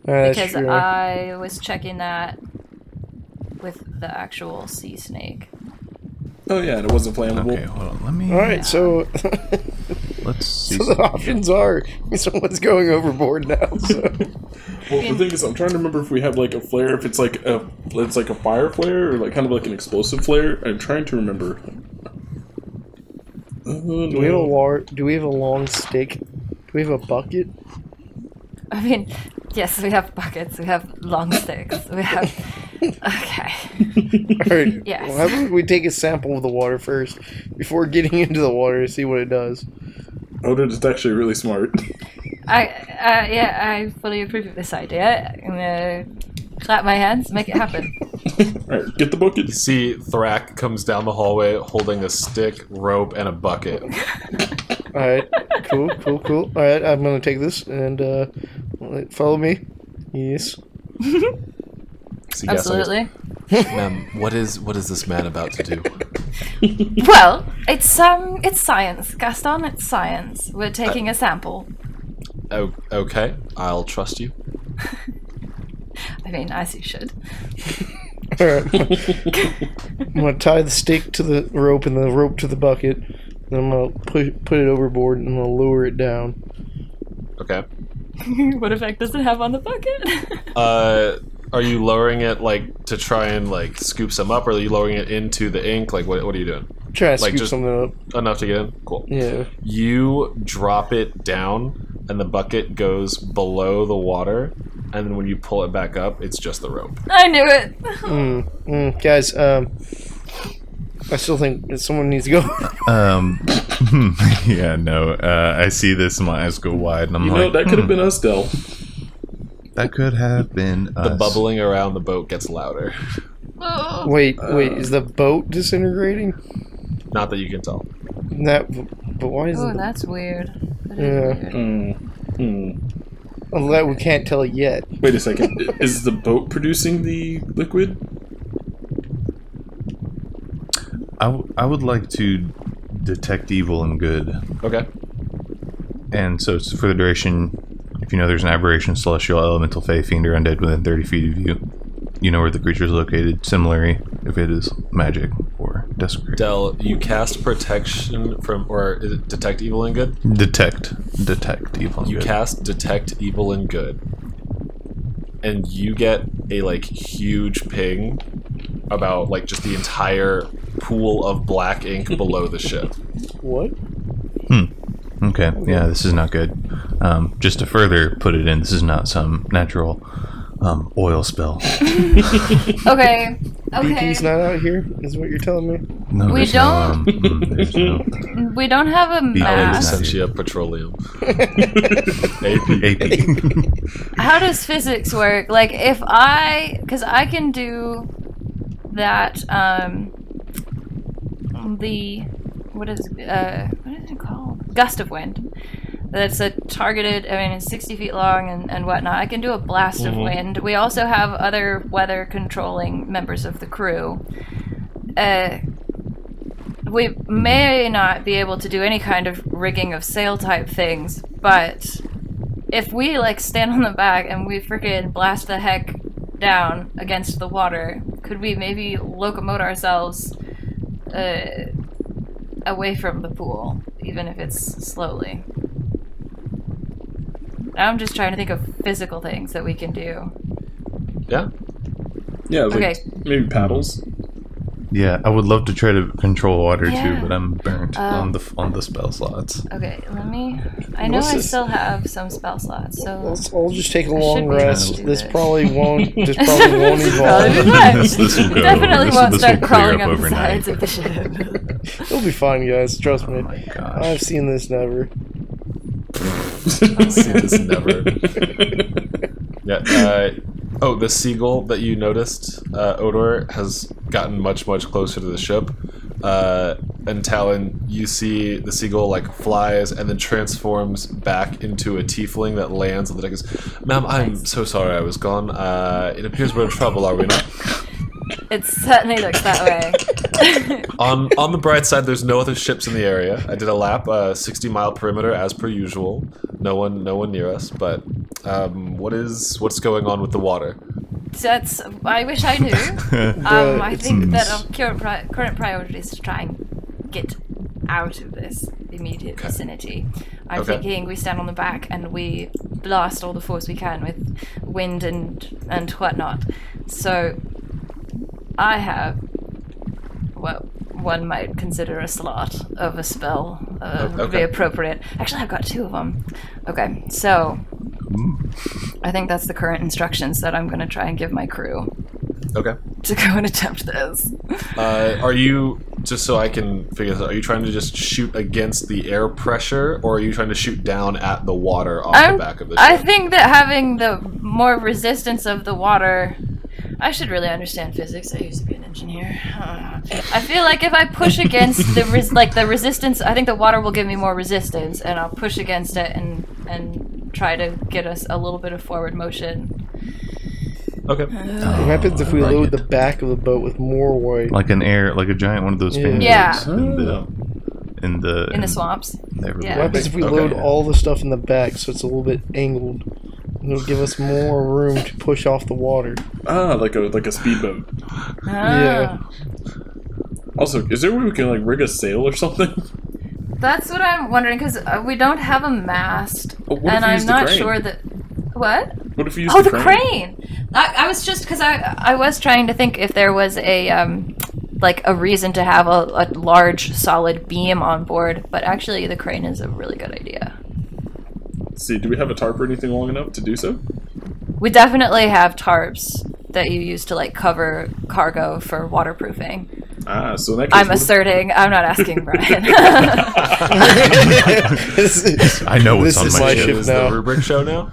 [SPEAKER 5] because uh,
[SPEAKER 4] true.
[SPEAKER 5] I was checking that with the actual sea snake.
[SPEAKER 2] Oh yeah, and it wasn't flammable.
[SPEAKER 3] Okay, hold on. Let me.
[SPEAKER 4] All right, so
[SPEAKER 3] Let's see.
[SPEAKER 4] so the options are someone's going overboard now. So.
[SPEAKER 2] Well, the thing is, I'm trying to remember if we have like a flare, if it's like a it's like a fire flare or like kind of like an explosive flare. I'm trying to remember. Uh,
[SPEAKER 4] Do we have
[SPEAKER 2] no.
[SPEAKER 4] a lar- Do we have a long stick? Do we have a bucket?
[SPEAKER 5] I mean, yes, we have buckets, we have long sticks, we have. Okay.
[SPEAKER 4] All right.
[SPEAKER 5] Yes.
[SPEAKER 4] Well, how about we take a sample of the water first before getting into the water to see what it does?
[SPEAKER 2] Odin is Oh, actually really smart.
[SPEAKER 5] I uh, yeah, I fully approve of this idea. I'm gonna clap my hands, make it happen.
[SPEAKER 2] All right, get the bucket.
[SPEAKER 1] You see Thrak comes down the hallway holding a stick, rope, and a bucket.
[SPEAKER 4] All right. Cool. Cool. Cool. All right. I'm gonna take this and uh, follow me. Yes.
[SPEAKER 1] See, Gaston goes,
[SPEAKER 5] Absolutely.
[SPEAKER 1] Ma'am, what is what is this man about to do?
[SPEAKER 5] Well, it's um, it's science, Gaston. It's science. We're taking a sample.
[SPEAKER 1] Oh, okay, I'll trust you.
[SPEAKER 5] I mean, as you should.
[SPEAKER 4] All right. I'm gonna tie the stick to the rope and the rope to the bucket. Then I'm gonna push, put it overboard and I'm gonna lower it down.
[SPEAKER 1] Okay.
[SPEAKER 5] what effect does it have on the bucket?
[SPEAKER 1] Uh, are you lowering it like to try and like scoop some up, or are you lowering it into the ink? Like, what what are you doing?
[SPEAKER 4] Try to
[SPEAKER 1] Like,
[SPEAKER 4] scoop
[SPEAKER 1] just-
[SPEAKER 4] something up.
[SPEAKER 1] Enough to get in? Cool.
[SPEAKER 4] Yeah.
[SPEAKER 1] You drop it down, and the bucket goes below the water. And then when you pull it back up, it's just the rope.
[SPEAKER 5] I knew it.
[SPEAKER 4] Mm, mm, guys, um, I still think that someone needs to go.
[SPEAKER 3] Um, yeah, no. Uh, I see this, and my eyes go wide, and I'm
[SPEAKER 2] You
[SPEAKER 3] like,
[SPEAKER 2] know that could have been us, Dell.
[SPEAKER 3] been that could have been
[SPEAKER 1] The
[SPEAKER 3] us.
[SPEAKER 1] bubbling around the boat gets louder.
[SPEAKER 5] Oh,
[SPEAKER 4] wait, wait, is the boat disintegrating?
[SPEAKER 1] Not that you can tell.
[SPEAKER 4] That, but why is it?
[SPEAKER 5] that's weird. That is
[SPEAKER 4] Yeah.
[SPEAKER 5] weird.
[SPEAKER 2] Hmm. Hmm.
[SPEAKER 4] Well, that we can't tell yet.
[SPEAKER 2] Wait a second. I- Is the boat producing the liquid?
[SPEAKER 3] I, w- I would like to detect evil and good,
[SPEAKER 1] Okay.
[SPEAKER 3] and so it's for the duration. If you know there's an aberration, celestial, elemental, fey, fiend, or undead within 30 feet of you, you know where the creature is located. Similarly, if it is magic or desecrate,
[SPEAKER 1] Dell, you cast protection from, or is it detect evil and good?
[SPEAKER 3] detect, detect evil. And
[SPEAKER 1] You
[SPEAKER 3] good.
[SPEAKER 1] cast detect evil and good, and you get a like huge ping about like just the entire pool of black ink below the ship.
[SPEAKER 4] What?
[SPEAKER 3] Okay, yeah, this is not good. Um, just to further put it in, this is not some natural um, oil spill.
[SPEAKER 5] Okay. Okay.
[SPEAKER 4] BP's E not out here, is what you're telling me?
[SPEAKER 3] No,
[SPEAKER 5] We
[SPEAKER 3] there's no, um, mm, there's no
[SPEAKER 5] we don't have a
[SPEAKER 1] Out of
[SPEAKER 5] map.
[SPEAKER 3] is-
[SPEAKER 1] Essentia petroleum. AP.
[SPEAKER 3] AP.
[SPEAKER 5] How does physics work? Like, if I, because I can do that. Um, the what is uh what is it called? Gust of wind. That's a targeted. I mean, it's sixty feet long and, and whatnot. I can do a blast of wind. We also have other weather controlling members of the crew. Uh, we may not be able to do any kind of rigging of sail type things, but if we like stand on the back and we freaking blast the heck down against the water, could we maybe locomote ourselves uh, away from the pool, even if it's slowly? I'm just trying to think of physical things that we can do.
[SPEAKER 1] Yeah.
[SPEAKER 2] Yeah, like
[SPEAKER 5] Okay.
[SPEAKER 2] maybe paddles.
[SPEAKER 3] Yeah, I would love to try to control water too,
[SPEAKER 5] Yeah.
[SPEAKER 3] but I'm burnt
[SPEAKER 5] Um,
[SPEAKER 3] on the on the spell slots.
[SPEAKER 5] Okay, let me. I know
[SPEAKER 4] What's
[SPEAKER 5] I
[SPEAKER 4] this?
[SPEAKER 5] still have some spell slots, so
[SPEAKER 4] Let's all just take a
[SPEAKER 5] I
[SPEAKER 4] long
[SPEAKER 5] should be able to
[SPEAKER 4] rest.
[SPEAKER 5] do
[SPEAKER 4] This
[SPEAKER 5] this.
[SPEAKER 4] probably won't. This probably won't
[SPEAKER 5] Probably
[SPEAKER 4] evolve.
[SPEAKER 5] not.
[SPEAKER 3] This- this will go over.
[SPEAKER 5] Definitely
[SPEAKER 3] This-
[SPEAKER 5] won't
[SPEAKER 3] this
[SPEAKER 5] start
[SPEAKER 3] will clear
[SPEAKER 5] crawling
[SPEAKER 3] up
[SPEAKER 5] up, the
[SPEAKER 3] overnight.
[SPEAKER 5] sides of the ship.
[SPEAKER 4] It'll be fine, guys. Trust
[SPEAKER 3] Oh
[SPEAKER 4] me.
[SPEAKER 3] my
[SPEAKER 4] I've
[SPEAKER 3] gosh.
[SPEAKER 4] seen this never.
[SPEAKER 1] It is never. Yeah. Uh, oh, the seagull that you noticed, uh, Odor, has gotten much, much closer to the ship. Uh, and Talon, you see the seagull like flies and then transforms back into a tiefling that lands on the deck. and Goes, Ma'am, I'm so sorry I was gone. Uh, it appears we're in trouble, are we not?
[SPEAKER 5] It certainly looks that way.
[SPEAKER 1] on Um, on the bright side, there's no other ships in the area. I did a lap, uh, 60 mile perimeter as per usual. No one, no one near us. But um, what is what's going on with the water?
[SPEAKER 5] That's. I wish I knew. Um, I
[SPEAKER 4] it's-
[SPEAKER 5] think that our current, pri- current priority is to try and get out of this immediate vicinity. I'm
[SPEAKER 1] Okay.
[SPEAKER 5] thinking we stand on the back and we blast all the force we can with wind and and whatnot. So I have what one might consider a slot of a spell uh,
[SPEAKER 1] O-
[SPEAKER 5] would be
[SPEAKER 1] okay.
[SPEAKER 5] appropriate. Actually, I've got two of them. Okay, so.
[SPEAKER 1] Mm.
[SPEAKER 5] I think that's the current instructions that I'm going to try and give my crew
[SPEAKER 1] Okay.
[SPEAKER 5] to go and attempt this.
[SPEAKER 1] Uh, are you just so I can figure this out? Are you trying to just shoot against the air pressure, or are you trying to shoot down at the water off
[SPEAKER 5] I'm-
[SPEAKER 1] the back of the
[SPEAKER 5] I
[SPEAKER 1] ship?
[SPEAKER 5] think that having the more resistance of the water. I should really understand physics. I used to be an engineer. Uh, I feel like if I push against the res- like the resistance, I think the water will give me more resistance, and I'll push against it and and try to get us a little bit of forward motion.
[SPEAKER 1] okay.
[SPEAKER 5] Oh.
[SPEAKER 4] What happens if we
[SPEAKER 3] like
[SPEAKER 4] load
[SPEAKER 3] it.
[SPEAKER 4] the back of the boat with more weight?
[SPEAKER 3] like an air, like a giant one of those
[SPEAKER 4] Yeah.
[SPEAKER 3] fans
[SPEAKER 4] Oh.
[SPEAKER 5] Yeah.
[SPEAKER 3] in the in the
[SPEAKER 5] In the swamps,
[SPEAKER 3] They were
[SPEAKER 5] Yeah.
[SPEAKER 4] What happens if we
[SPEAKER 1] Okay.
[SPEAKER 4] load all the stuff in the back so it's a little bit angled? It'll give us more room to push off the water.
[SPEAKER 2] ah, like a like a speedboat.
[SPEAKER 4] Yeah.
[SPEAKER 5] Ah,
[SPEAKER 2] Also, is there a way we can like rig a sail or something?
[SPEAKER 5] that's what I'm wondering because uh, we don't have a mast,
[SPEAKER 2] But what if
[SPEAKER 5] and
[SPEAKER 2] we
[SPEAKER 5] I'm
[SPEAKER 2] use the
[SPEAKER 5] not
[SPEAKER 2] crane?
[SPEAKER 5] sure that what.
[SPEAKER 2] What if you use
[SPEAKER 5] Oh, the crane! I, I was just because I I was trying to think if there was a um like a reason to have a, a large solid beam on board, but actually the crane is a really good idea.
[SPEAKER 2] See, do we have a tarp or anything long enough to do so?
[SPEAKER 5] We definitely have tarps that you use to like cover cargo for waterproofing.
[SPEAKER 2] Ah, so in that case,
[SPEAKER 5] I'm
[SPEAKER 2] what if-
[SPEAKER 5] asserting. I'm not asking Brian.
[SPEAKER 4] This is-
[SPEAKER 3] I know what's
[SPEAKER 4] This
[SPEAKER 3] on
[SPEAKER 4] is
[SPEAKER 3] my,
[SPEAKER 4] my
[SPEAKER 1] It
[SPEAKER 3] ship.
[SPEAKER 4] ship.
[SPEAKER 1] is
[SPEAKER 4] now.
[SPEAKER 1] the rubric show now.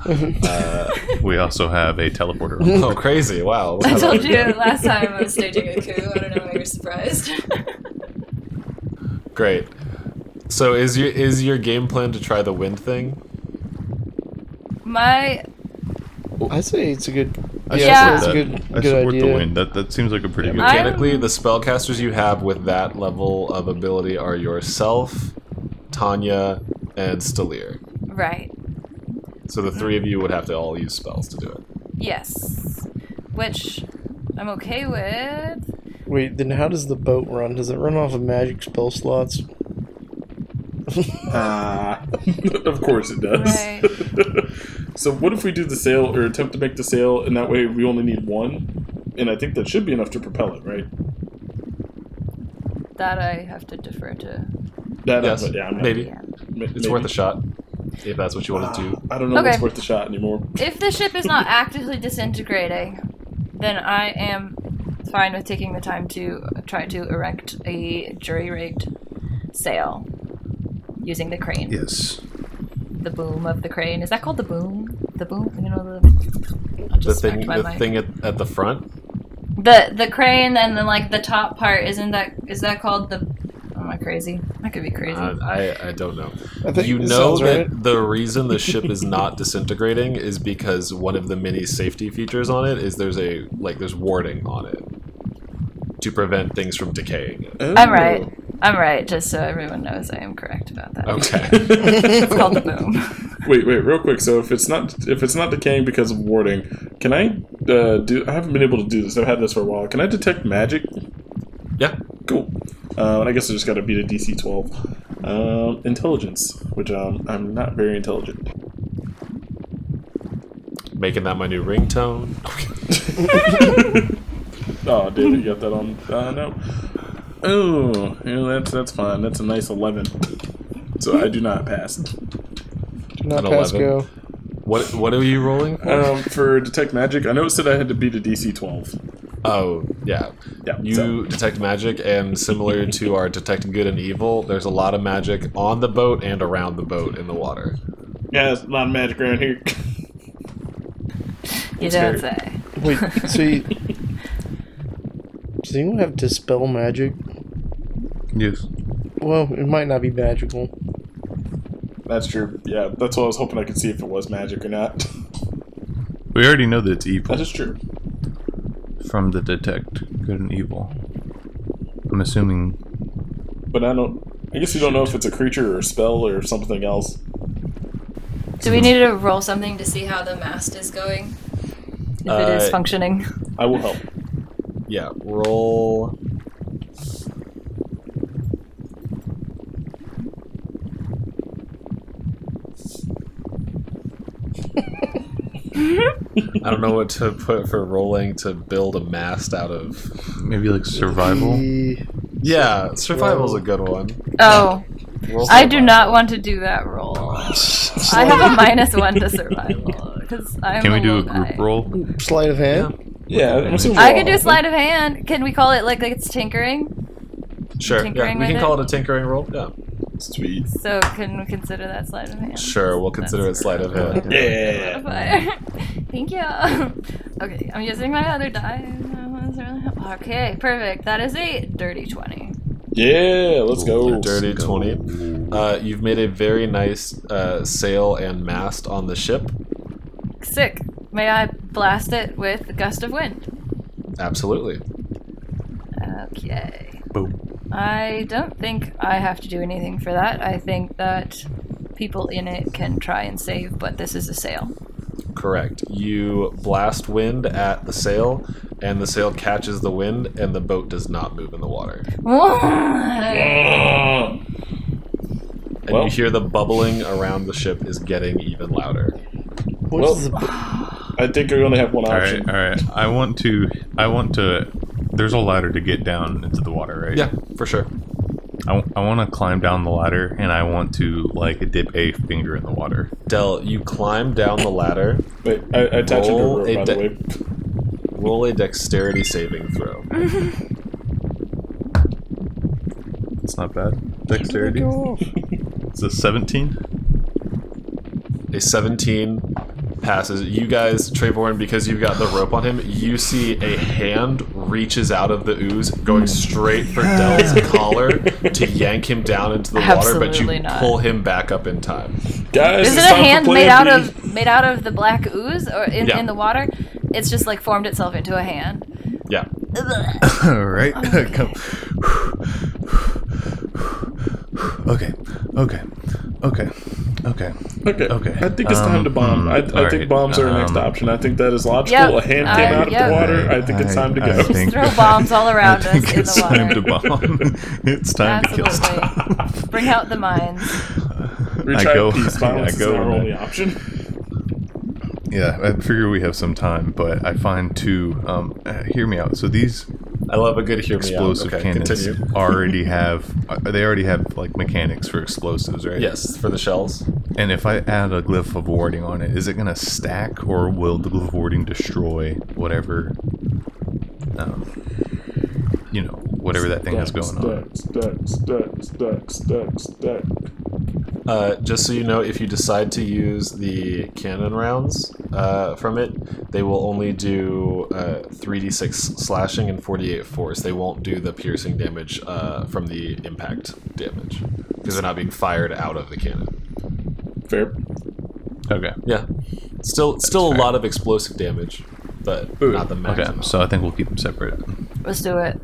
[SPEAKER 3] We also have a teleporter.
[SPEAKER 1] Oh, crazy! Wow.
[SPEAKER 5] I told you last time I was staging a coup. I don't know why you're surprised.
[SPEAKER 1] Great. So is your is your game plan to try the wind thing?
[SPEAKER 5] My
[SPEAKER 4] I say it's a good.
[SPEAKER 3] I support
[SPEAKER 5] Yeah. That's
[SPEAKER 4] a
[SPEAKER 3] that.
[SPEAKER 4] good-
[SPEAKER 3] I
[SPEAKER 4] good
[SPEAKER 3] support the
[SPEAKER 4] idea.
[SPEAKER 3] wind. That that seems like a pretty good.
[SPEAKER 5] I-
[SPEAKER 1] Mechanically, the spellcasters you have with that level of ability are yourself, Tanya, and Stelir.
[SPEAKER 5] right.
[SPEAKER 1] So the three of you would have to all use spells to do it.
[SPEAKER 5] Yes. Which I'm okay with.
[SPEAKER 4] Wait, then how does the boat run? Does it run off of magic spell slots?
[SPEAKER 2] Ah, of course it does.
[SPEAKER 5] Right.
[SPEAKER 2] so what if we do the sail or attempt to make the sail, and that way we only need one, and I think that should be enough to propel it, right?
[SPEAKER 5] That I have to defer to.
[SPEAKER 2] That
[SPEAKER 1] Yes,
[SPEAKER 2] but yeah, I'm not-
[SPEAKER 1] maybe.
[SPEAKER 5] Yeah.
[SPEAKER 2] ma-
[SPEAKER 1] It's
[SPEAKER 2] maybe.
[SPEAKER 1] worth a shot if that's what you want to
[SPEAKER 2] Ah,
[SPEAKER 1] do.
[SPEAKER 2] I don't know if it's
[SPEAKER 5] Okay.
[SPEAKER 2] worth the shot anymore.
[SPEAKER 5] If the ship is not actively disintegrating, then I am fine with taking the time to try to erect a jury rigged sail using the crane.
[SPEAKER 3] Yes.
[SPEAKER 5] The boom of the crane. Is that called the boom? The boom? You know, the.
[SPEAKER 1] The
[SPEAKER 5] I just
[SPEAKER 1] thing,
[SPEAKER 5] smacked my
[SPEAKER 1] the
[SPEAKER 5] mic.
[SPEAKER 1] thing at, at the front.
[SPEAKER 5] The the crane and then like the top part isn't that is that called the? oh, Am I crazy? I could be crazy.
[SPEAKER 1] Uh, I I don't know.
[SPEAKER 4] I think
[SPEAKER 1] You
[SPEAKER 4] this
[SPEAKER 1] know
[SPEAKER 4] sounds
[SPEAKER 1] that
[SPEAKER 4] right.
[SPEAKER 1] the reason the ship is not disintegrating is because one of the many safety features on it is there's a like there's warding on it to prevent things from decaying.
[SPEAKER 5] I'm
[SPEAKER 2] Oh.
[SPEAKER 5] right. I'm right. Just so everyone knows, I am correct about that.
[SPEAKER 1] Okay.
[SPEAKER 5] It's called the boom.
[SPEAKER 2] Wait, wait, real quick. So if it's not if it's not decaying because of warding, can I uh, do? I haven't been able to do this. I've had this for a while. Can I detect magic?
[SPEAKER 1] Yeah.
[SPEAKER 2] Cool. Uh, and I guess I just got to beat a DC twelve. Um, intelligence, which um, I'm not very intelligent.
[SPEAKER 1] Making that my new ringtone.
[SPEAKER 2] Oh, David, you got that on? Uh, no. Oh, yeah, that's that's fine. That's a nice eleven. So I do not pass.
[SPEAKER 4] Not
[SPEAKER 1] An
[SPEAKER 4] pass
[SPEAKER 1] 11.
[SPEAKER 4] go.
[SPEAKER 1] What What are you rolling for?
[SPEAKER 2] Um, for detect magic, I know it said I had to beat a DC twelve.
[SPEAKER 1] Oh, yeah.
[SPEAKER 2] Yeah,
[SPEAKER 1] You
[SPEAKER 2] so-
[SPEAKER 1] detect magic, and similar to our detecting good and evil, there's a lot of magic on the boat and around the boat in the water.
[SPEAKER 2] Yeah, it's a lot of magic around here.
[SPEAKER 5] You
[SPEAKER 2] Sorry.
[SPEAKER 5] don't say.
[SPEAKER 4] Wait, so you, does anyone have dispel magic?
[SPEAKER 3] Yes.
[SPEAKER 4] Well, it might not be magical.
[SPEAKER 2] That's true. Yeah, that's what I was hoping I could see if it was magic or not.
[SPEAKER 3] We already know that it's evil
[SPEAKER 2] That is true.
[SPEAKER 3] from the detect good and evil. I'm assuming
[SPEAKER 2] But I don't. I guess you don't know if it's a creature or a spell or something else.
[SPEAKER 5] Do we need to roll something to see how the mast is going? If it
[SPEAKER 1] Uh,
[SPEAKER 5] is functioning.
[SPEAKER 2] I will help.
[SPEAKER 1] Yeah, roll. I don't know what to put for rolling to build a mast out of.
[SPEAKER 3] maybe like survival.
[SPEAKER 4] The-
[SPEAKER 1] Yeah, survival's a good one.
[SPEAKER 5] Oh,
[SPEAKER 1] Roll
[SPEAKER 5] I do
[SPEAKER 1] survival.
[SPEAKER 5] not want to do that roll. I have a minus one to survival because I'm.
[SPEAKER 3] Can we do a
[SPEAKER 5] little
[SPEAKER 3] group
[SPEAKER 5] guy.
[SPEAKER 3] roll?
[SPEAKER 4] Sleight of hand.
[SPEAKER 2] Yeah, I'm assuming we're
[SPEAKER 5] I can
[SPEAKER 2] all
[SPEAKER 5] do
[SPEAKER 2] helping.
[SPEAKER 5] sleight of hand. Can we call it like, like it's tinkering?
[SPEAKER 1] Sure, yeah,
[SPEAKER 5] tinkering
[SPEAKER 1] we
[SPEAKER 5] with
[SPEAKER 1] can
[SPEAKER 5] it?
[SPEAKER 1] call it a tinkering roll. Yeah,
[SPEAKER 2] Sweet.
[SPEAKER 5] So can we consider that sleight of hand?
[SPEAKER 1] sure, we'll consider it
[SPEAKER 5] That's
[SPEAKER 1] sleight of hand.
[SPEAKER 2] Yeah.
[SPEAKER 5] Modifier. Thank you. okay, I'm using my other die. Okay, perfect. That is a dirty twenty.
[SPEAKER 2] Yeah. Let's
[SPEAKER 1] Ooh,
[SPEAKER 2] go.
[SPEAKER 1] Dirty 20. Uh, you've made a very nice uh, sail and mast on the ship.
[SPEAKER 5] Sick. May I blast it with a gust of wind?
[SPEAKER 1] Absolutely.
[SPEAKER 5] Okay.
[SPEAKER 3] Boom.
[SPEAKER 5] I don't think I have to do anything for that. I think that people in it can try and save, but this is a sale.
[SPEAKER 1] Correct. You blast wind at the sail, and the sail catches the wind, and the boat does not move in the water.
[SPEAKER 2] Ah.
[SPEAKER 1] And
[SPEAKER 2] Well-
[SPEAKER 1] you hear the bubbling around the ship is getting even louder.
[SPEAKER 4] What
[SPEAKER 2] Well-
[SPEAKER 4] is the
[SPEAKER 2] I think we only have one
[SPEAKER 3] All
[SPEAKER 2] option.
[SPEAKER 3] right, all right. I want to. I want to. There's a ladder to get down into the water, right?
[SPEAKER 1] Yeah, for sure.
[SPEAKER 3] I, want to climb down the ladder, and I want to like dip a finger in the water.
[SPEAKER 1] Dell, you climb down the ladder.
[SPEAKER 2] Wait, I, I attached it to a
[SPEAKER 1] Roll
[SPEAKER 2] rope,
[SPEAKER 1] a
[SPEAKER 2] by the
[SPEAKER 1] de-
[SPEAKER 2] way.
[SPEAKER 1] Roll a dexterity saving throw.
[SPEAKER 3] It's not bad. Dexterity. It's a 17.
[SPEAKER 1] A 17 passes. You guys, Trayborn, because you've got the rope on him, you see a hand reaches out of the ooze, going straight for Dell's collar to yank him down into the water, but
[SPEAKER 5] Absolutely
[SPEAKER 1] you
[SPEAKER 5] not.
[SPEAKER 1] pull him back up in time.
[SPEAKER 2] Guys,
[SPEAKER 5] Is
[SPEAKER 2] it's
[SPEAKER 5] it a
[SPEAKER 2] time for
[SPEAKER 5] hand
[SPEAKER 2] plan
[SPEAKER 5] made out
[SPEAKER 2] B.
[SPEAKER 5] of made out of the black ooze or in,
[SPEAKER 1] Yeah.
[SPEAKER 5] in the water? It's just like formed itself into a hand.
[SPEAKER 1] Yeah.
[SPEAKER 5] Ugh.
[SPEAKER 3] All right. Come. okay. Okay. Okay. Okay.
[SPEAKER 2] Okay.
[SPEAKER 3] Okay.
[SPEAKER 2] I think it's
[SPEAKER 3] Um,
[SPEAKER 2] time to bomb. I, I
[SPEAKER 3] all
[SPEAKER 2] think
[SPEAKER 3] right,
[SPEAKER 2] bombs are our next
[SPEAKER 3] um,
[SPEAKER 2] option. I think that is logical.
[SPEAKER 5] Yep,
[SPEAKER 2] A hand
[SPEAKER 5] I-
[SPEAKER 2] came out of
[SPEAKER 5] yep.
[SPEAKER 2] the water. I think it's time to
[SPEAKER 3] I-
[SPEAKER 2] go.
[SPEAKER 3] I think-
[SPEAKER 5] Throw bombs all
[SPEAKER 3] I
[SPEAKER 5] around us in
[SPEAKER 3] think it's
[SPEAKER 5] the
[SPEAKER 3] time
[SPEAKER 5] water.
[SPEAKER 3] to bomb. it's time to kill
[SPEAKER 5] Absolutely.
[SPEAKER 3] stuff.
[SPEAKER 5] Bring out the mines.
[SPEAKER 2] Reach
[SPEAKER 3] I go.
[SPEAKER 2] out peace. Violence
[SPEAKER 3] I go.
[SPEAKER 2] is our
[SPEAKER 3] in
[SPEAKER 2] only
[SPEAKER 3] the-
[SPEAKER 2] option.
[SPEAKER 3] Yeah, I figure we have some time, but I find two. Um, uh, hear me out. So these
[SPEAKER 1] I love a good hear me out.
[SPEAKER 3] explosive
[SPEAKER 1] Okay,
[SPEAKER 3] cannons
[SPEAKER 1] Continue.
[SPEAKER 3] already have. uh, They already have like mechanics for explosives, right?
[SPEAKER 1] Yes, for the shells.
[SPEAKER 3] And if I add a glyph of warding on it, is it gonna stack or will the glyph of warding destroy whatever? Um, you know, whatever that thing that's going on.
[SPEAKER 2] Stack, stack, stack, stack, stack, stack.
[SPEAKER 1] Uh, just so you know, if you decide to use the cannon rounds uh, from it, they will only do uh, 3d6 slashing and 48 force. They won't do the piercing damage uh, from the impact damage because they're not being fired out of the cannon.
[SPEAKER 2] Fair.
[SPEAKER 3] Okay.
[SPEAKER 1] Yeah, still, still a
[SPEAKER 3] fair.
[SPEAKER 1] lot of explosive damage, but
[SPEAKER 2] Ooh,
[SPEAKER 1] not the
[SPEAKER 3] Okay.
[SPEAKER 1] maximum.
[SPEAKER 3] So I think we'll keep them separate.
[SPEAKER 5] Let's do it.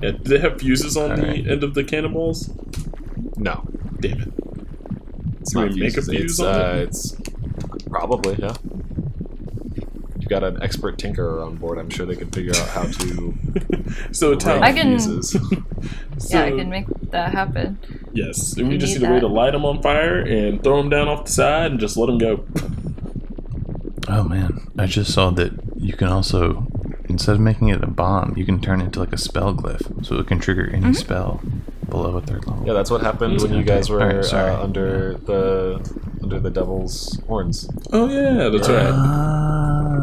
[SPEAKER 2] Yeah, do they have fuses on the
[SPEAKER 3] Alright.
[SPEAKER 2] end of the cannonballs?
[SPEAKER 1] no,
[SPEAKER 2] Damn it.
[SPEAKER 1] it's
[SPEAKER 2] Do
[SPEAKER 1] not
[SPEAKER 2] we make a
[SPEAKER 1] fuses.
[SPEAKER 2] fuse
[SPEAKER 1] It's,
[SPEAKER 2] on
[SPEAKER 1] uh,
[SPEAKER 2] it?
[SPEAKER 1] it's probably yeah. You got an expert tinkerer on board. I'm sure they can figure out how to
[SPEAKER 2] So Tom,
[SPEAKER 5] I can-
[SPEAKER 1] fuses.
[SPEAKER 5] Yeah, I
[SPEAKER 2] so-
[SPEAKER 5] can make that happen.
[SPEAKER 2] Yes, we,
[SPEAKER 5] We
[SPEAKER 2] just
[SPEAKER 5] need
[SPEAKER 2] need a way
[SPEAKER 5] that.
[SPEAKER 2] to light them on fire and throw them down off the side and just let them go.
[SPEAKER 3] Oh man, I just saw that you can also instead of making it a bomb, you can turn it into like a spell glyph, so it can trigger any spell below a third level.
[SPEAKER 1] Yeah, that's what happened when you guys were
[SPEAKER 3] All right, sorry.
[SPEAKER 1] uh, under the under the devil's horns.
[SPEAKER 2] Oh yeah, that's right.
[SPEAKER 3] Ah.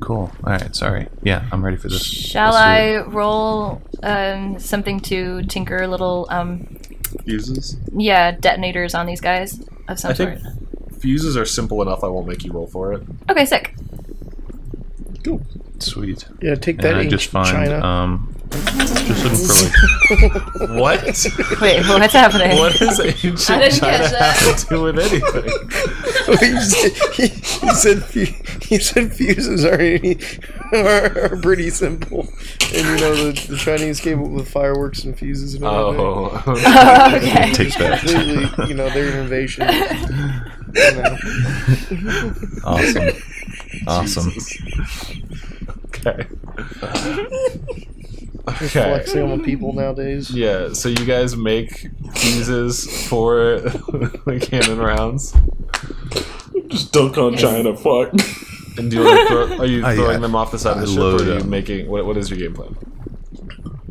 [SPEAKER 3] Cool. All right. Sorry. Yeah, I'm ready for this.
[SPEAKER 5] Shall
[SPEAKER 3] Let's do it.
[SPEAKER 5] I roll um, something to tinker little um,
[SPEAKER 1] Fuses.
[SPEAKER 5] yeah detonators on these guys of some
[SPEAKER 1] I think
[SPEAKER 5] sort?
[SPEAKER 1] fuses are simple enough. I won't make you roll for it.
[SPEAKER 5] Okay, sick.
[SPEAKER 3] Sweet.
[SPEAKER 4] Yeah, take
[SPEAKER 3] And
[SPEAKER 4] that
[SPEAKER 3] I just
[SPEAKER 4] ancient
[SPEAKER 3] find
[SPEAKER 4] China.
[SPEAKER 3] um, just looking for like
[SPEAKER 1] What?
[SPEAKER 5] Wait, what's happening?
[SPEAKER 1] what does ancient
[SPEAKER 5] I
[SPEAKER 1] China
[SPEAKER 5] didn't catch that.
[SPEAKER 1] have to do with anything?
[SPEAKER 4] he, said, he, he said fu- he said fuses are, are, are pretty simple, and you know the, the Chinese came up with fireworks and fuses and all that.
[SPEAKER 1] Oh,
[SPEAKER 5] Oh, okay.
[SPEAKER 3] take that.
[SPEAKER 4] Completely, you know, their innovation. you know.
[SPEAKER 3] awesome. Awesome.
[SPEAKER 1] okay. okay.
[SPEAKER 4] flexing on people nowadays.
[SPEAKER 1] Yeah, so you guys make fuses for the cannon rounds,
[SPEAKER 2] Just dunk on China. Fuck.
[SPEAKER 1] and do you like throw, are you
[SPEAKER 3] I-
[SPEAKER 1] throwing them off the side of
[SPEAKER 3] Oh, I
[SPEAKER 1] the ship,
[SPEAKER 3] load
[SPEAKER 1] or are you
[SPEAKER 3] up.
[SPEAKER 1] making what? What is your game plan?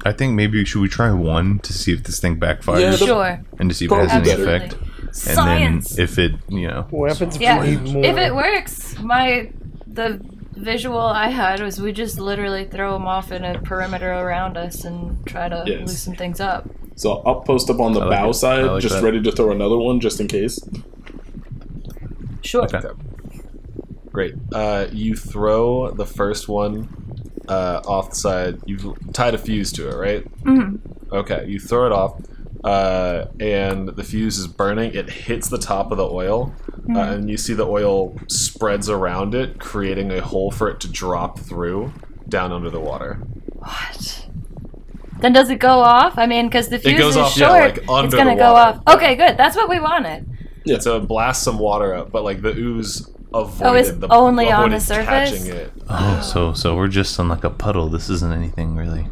[SPEAKER 3] I think maybe should we try one to see if this thing
[SPEAKER 2] Yeah,
[SPEAKER 3] backfires
[SPEAKER 2] the-
[SPEAKER 5] Sure.
[SPEAKER 3] and to see if it has any
[SPEAKER 2] Absolutely.
[SPEAKER 3] effect, and
[SPEAKER 5] Science.
[SPEAKER 3] then if it you know
[SPEAKER 4] Weapons
[SPEAKER 5] Yeah.
[SPEAKER 4] need more.
[SPEAKER 5] If it works, my the visual I had was we just literally throw them off in a perimeter around us and try to
[SPEAKER 2] Yes.
[SPEAKER 5] loosen things up.
[SPEAKER 2] So I'll post up on the
[SPEAKER 3] I like
[SPEAKER 2] bow
[SPEAKER 3] it.
[SPEAKER 2] side,
[SPEAKER 3] I like
[SPEAKER 2] just
[SPEAKER 3] that.
[SPEAKER 2] ready to throw another one, just in case.
[SPEAKER 5] Sure.
[SPEAKER 3] Okay.
[SPEAKER 1] Great. Uh, you throw the first one uh, off the side. You've tied a fuse to it, right?
[SPEAKER 5] hmm
[SPEAKER 1] Okay. You throw it off, uh, and the fuse is burning. It hits the top of the oil, uh, and you see the oil spreads around it, creating a hole for it to drop through down under the water.
[SPEAKER 5] What? Then does it go off? I mean, because the fuse
[SPEAKER 1] goes
[SPEAKER 5] is
[SPEAKER 1] off, yeah,
[SPEAKER 5] short,
[SPEAKER 1] like, under
[SPEAKER 5] it's
[SPEAKER 1] the
[SPEAKER 5] gonna go
[SPEAKER 1] water.
[SPEAKER 5] off. Okay, good. That's what we wanted.
[SPEAKER 1] Yeah. So it blasts some water up, but like the ooze avoided
[SPEAKER 5] Oh, it's
[SPEAKER 1] the
[SPEAKER 5] only on the
[SPEAKER 1] avoided
[SPEAKER 5] surface?
[SPEAKER 1] Catching it.
[SPEAKER 3] oh so so we're just in like a puddle. This isn't anything really.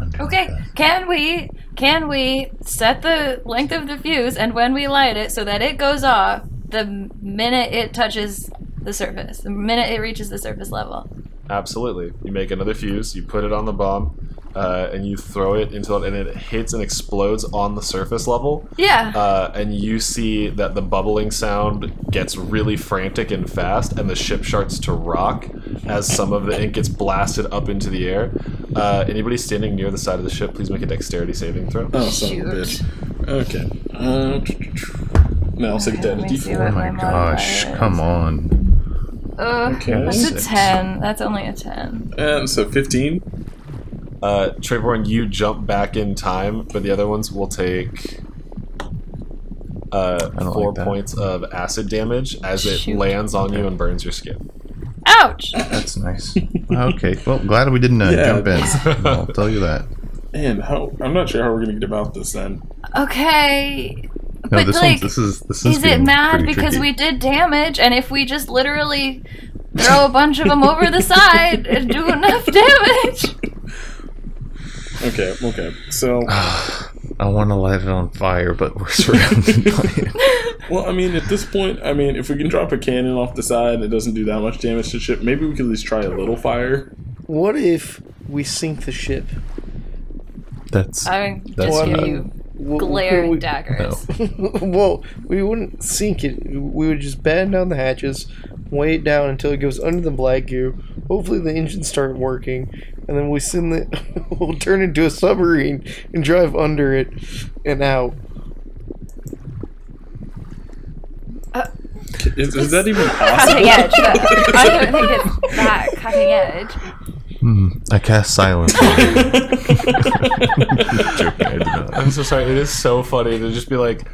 [SPEAKER 3] under
[SPEAKER 5] Okay,
[SPEAKER 3] that.
[SPEAKER 5] can we can we set the length of the fuse and when we light it so that it goes off the minute it touches the surface, the minute it reaches the surface level?
[SPEAKER 1] Absolutely. You make another fuse, you put it on the bomb, uh, and you throw it into it, and it hits and explodes on the surface level.
[SPEAKER 5] Yeah.
[SPEAKER 1] Uh, and you see that the bubbling sound gets really frantic and fast, and the ship starts to rock as some of the ink gets blasted up into the air. Uh, anybody standing near the side of the ship, please make a dexterity saving throw.
[SPEAKER 2] Oh, son of a
[SPEAKER 5] Shoot.
[SPEAKER 2] bitch. Okay. Uh, now I'll take
[SPEAKER 5] Okay,
[SPEAKER 2] that
[SPEAKER 5] let
[SPEAKER 2] at
[SPEAKER 5] me see
[SPEAKER 3] Oh
[SPEAKER 5] what-
[SPEAKER 2] D4.
[SPEAKER 3] my
[SPEAKER 5] My
[SPEAKER 3] gosh!
[SPEAKER 5] modifier
[SPEAKER 3] Come
[SPEAKER 5] is-
[SPEAKER 3] on.
[SPEAKER 5] Ugh,
[SPEAKER 2] okay.
[SPEAKER 5] that's a
[SPEAKER 3] Six.
[SPEAKER 5] ten. That's only a ten.
[SPEAKER 2] And Uh, so 15.
[SPEAKER 1] Uh, Trevorn, you jump back in time, but the other ones will take uh,
[SPEAKER 3] don't
[SPEAKER 1] four
[SPEAKER 3] like that.
[SPEAKER 1] points of acid damage as it
[SPEAKER 5] Shoot.
[SPEAKER 1] lands on you and burns your skin.
[SPEAKER 5] Ouch!
[SPEAKER 3] That's nice. okay. Well, glad we didn't uh,
[SPEAKER 2] Yeah.
[SPEAKER 3] jump in. I'll tell you that.
[SPEAKER 2] And how? I'm not sure how we're gonna get about this then.
[SPEAKER 5] Okay.
[SPEAKER 3] No,
[SPEAKER 5] But,
[SPEAKER 3] this
[SPEAKER 5] like,
[SPEAKER 3] one's this is this is.
[SPEAKER 5] Is it
[SPEAKER 3] getting
[SPEAKER 5] mad
[SPEAKER 3] pretty
[SPEAKER 5] because
[SPEAKER 3] tricky.
[SPEAKER 5] we did damage? And if we just literally throw a bunch of them over the side and do enough damage,
[SPEAKER 2] Okay. Okay. So,
[SPEAKER 3] I want to light it on fire, but we're surrounded by it.
[SPEAKER 2] well, I mean, at this point, I mean, if we can drop a cannon off the side and it doesn't do that much damage to ship, maybe we could at least try a little fire.
[SPEAKER 4] What if we sink the ship?
[SPEAKER 3] That's
[SPEAKER 5] I
[SPEAKER 3] That's
[SPEAKER 5] just give
[SPEAKER 3] bad.
[SPEAKER 5] you
[SPEAKER 4] Wh-
[SPEAKER 5] glaring
[SPEAKER 4] we,
[SPEAKER 5] daggers.
[SPEAKER 4] well, we wouldn't sink it. We would just batten down the hatches, weigh it down until it goes under the black goo. Hopefully, the engines start working, and then we send the. we'll turn into a submarine and drive under it and out.
[SPEAKER 2] Is, is that even
[SPEAKER 5] Cutting
[SPEAKER 2] possible?
[SPEAKER 5] edge. though. I don't think it's that cutting edge.
[SPEAKER 3] Hmm, I cast silence. Joking, I did not.
[SPEAKER 1] I'm so sorry. It is so funny to just be like,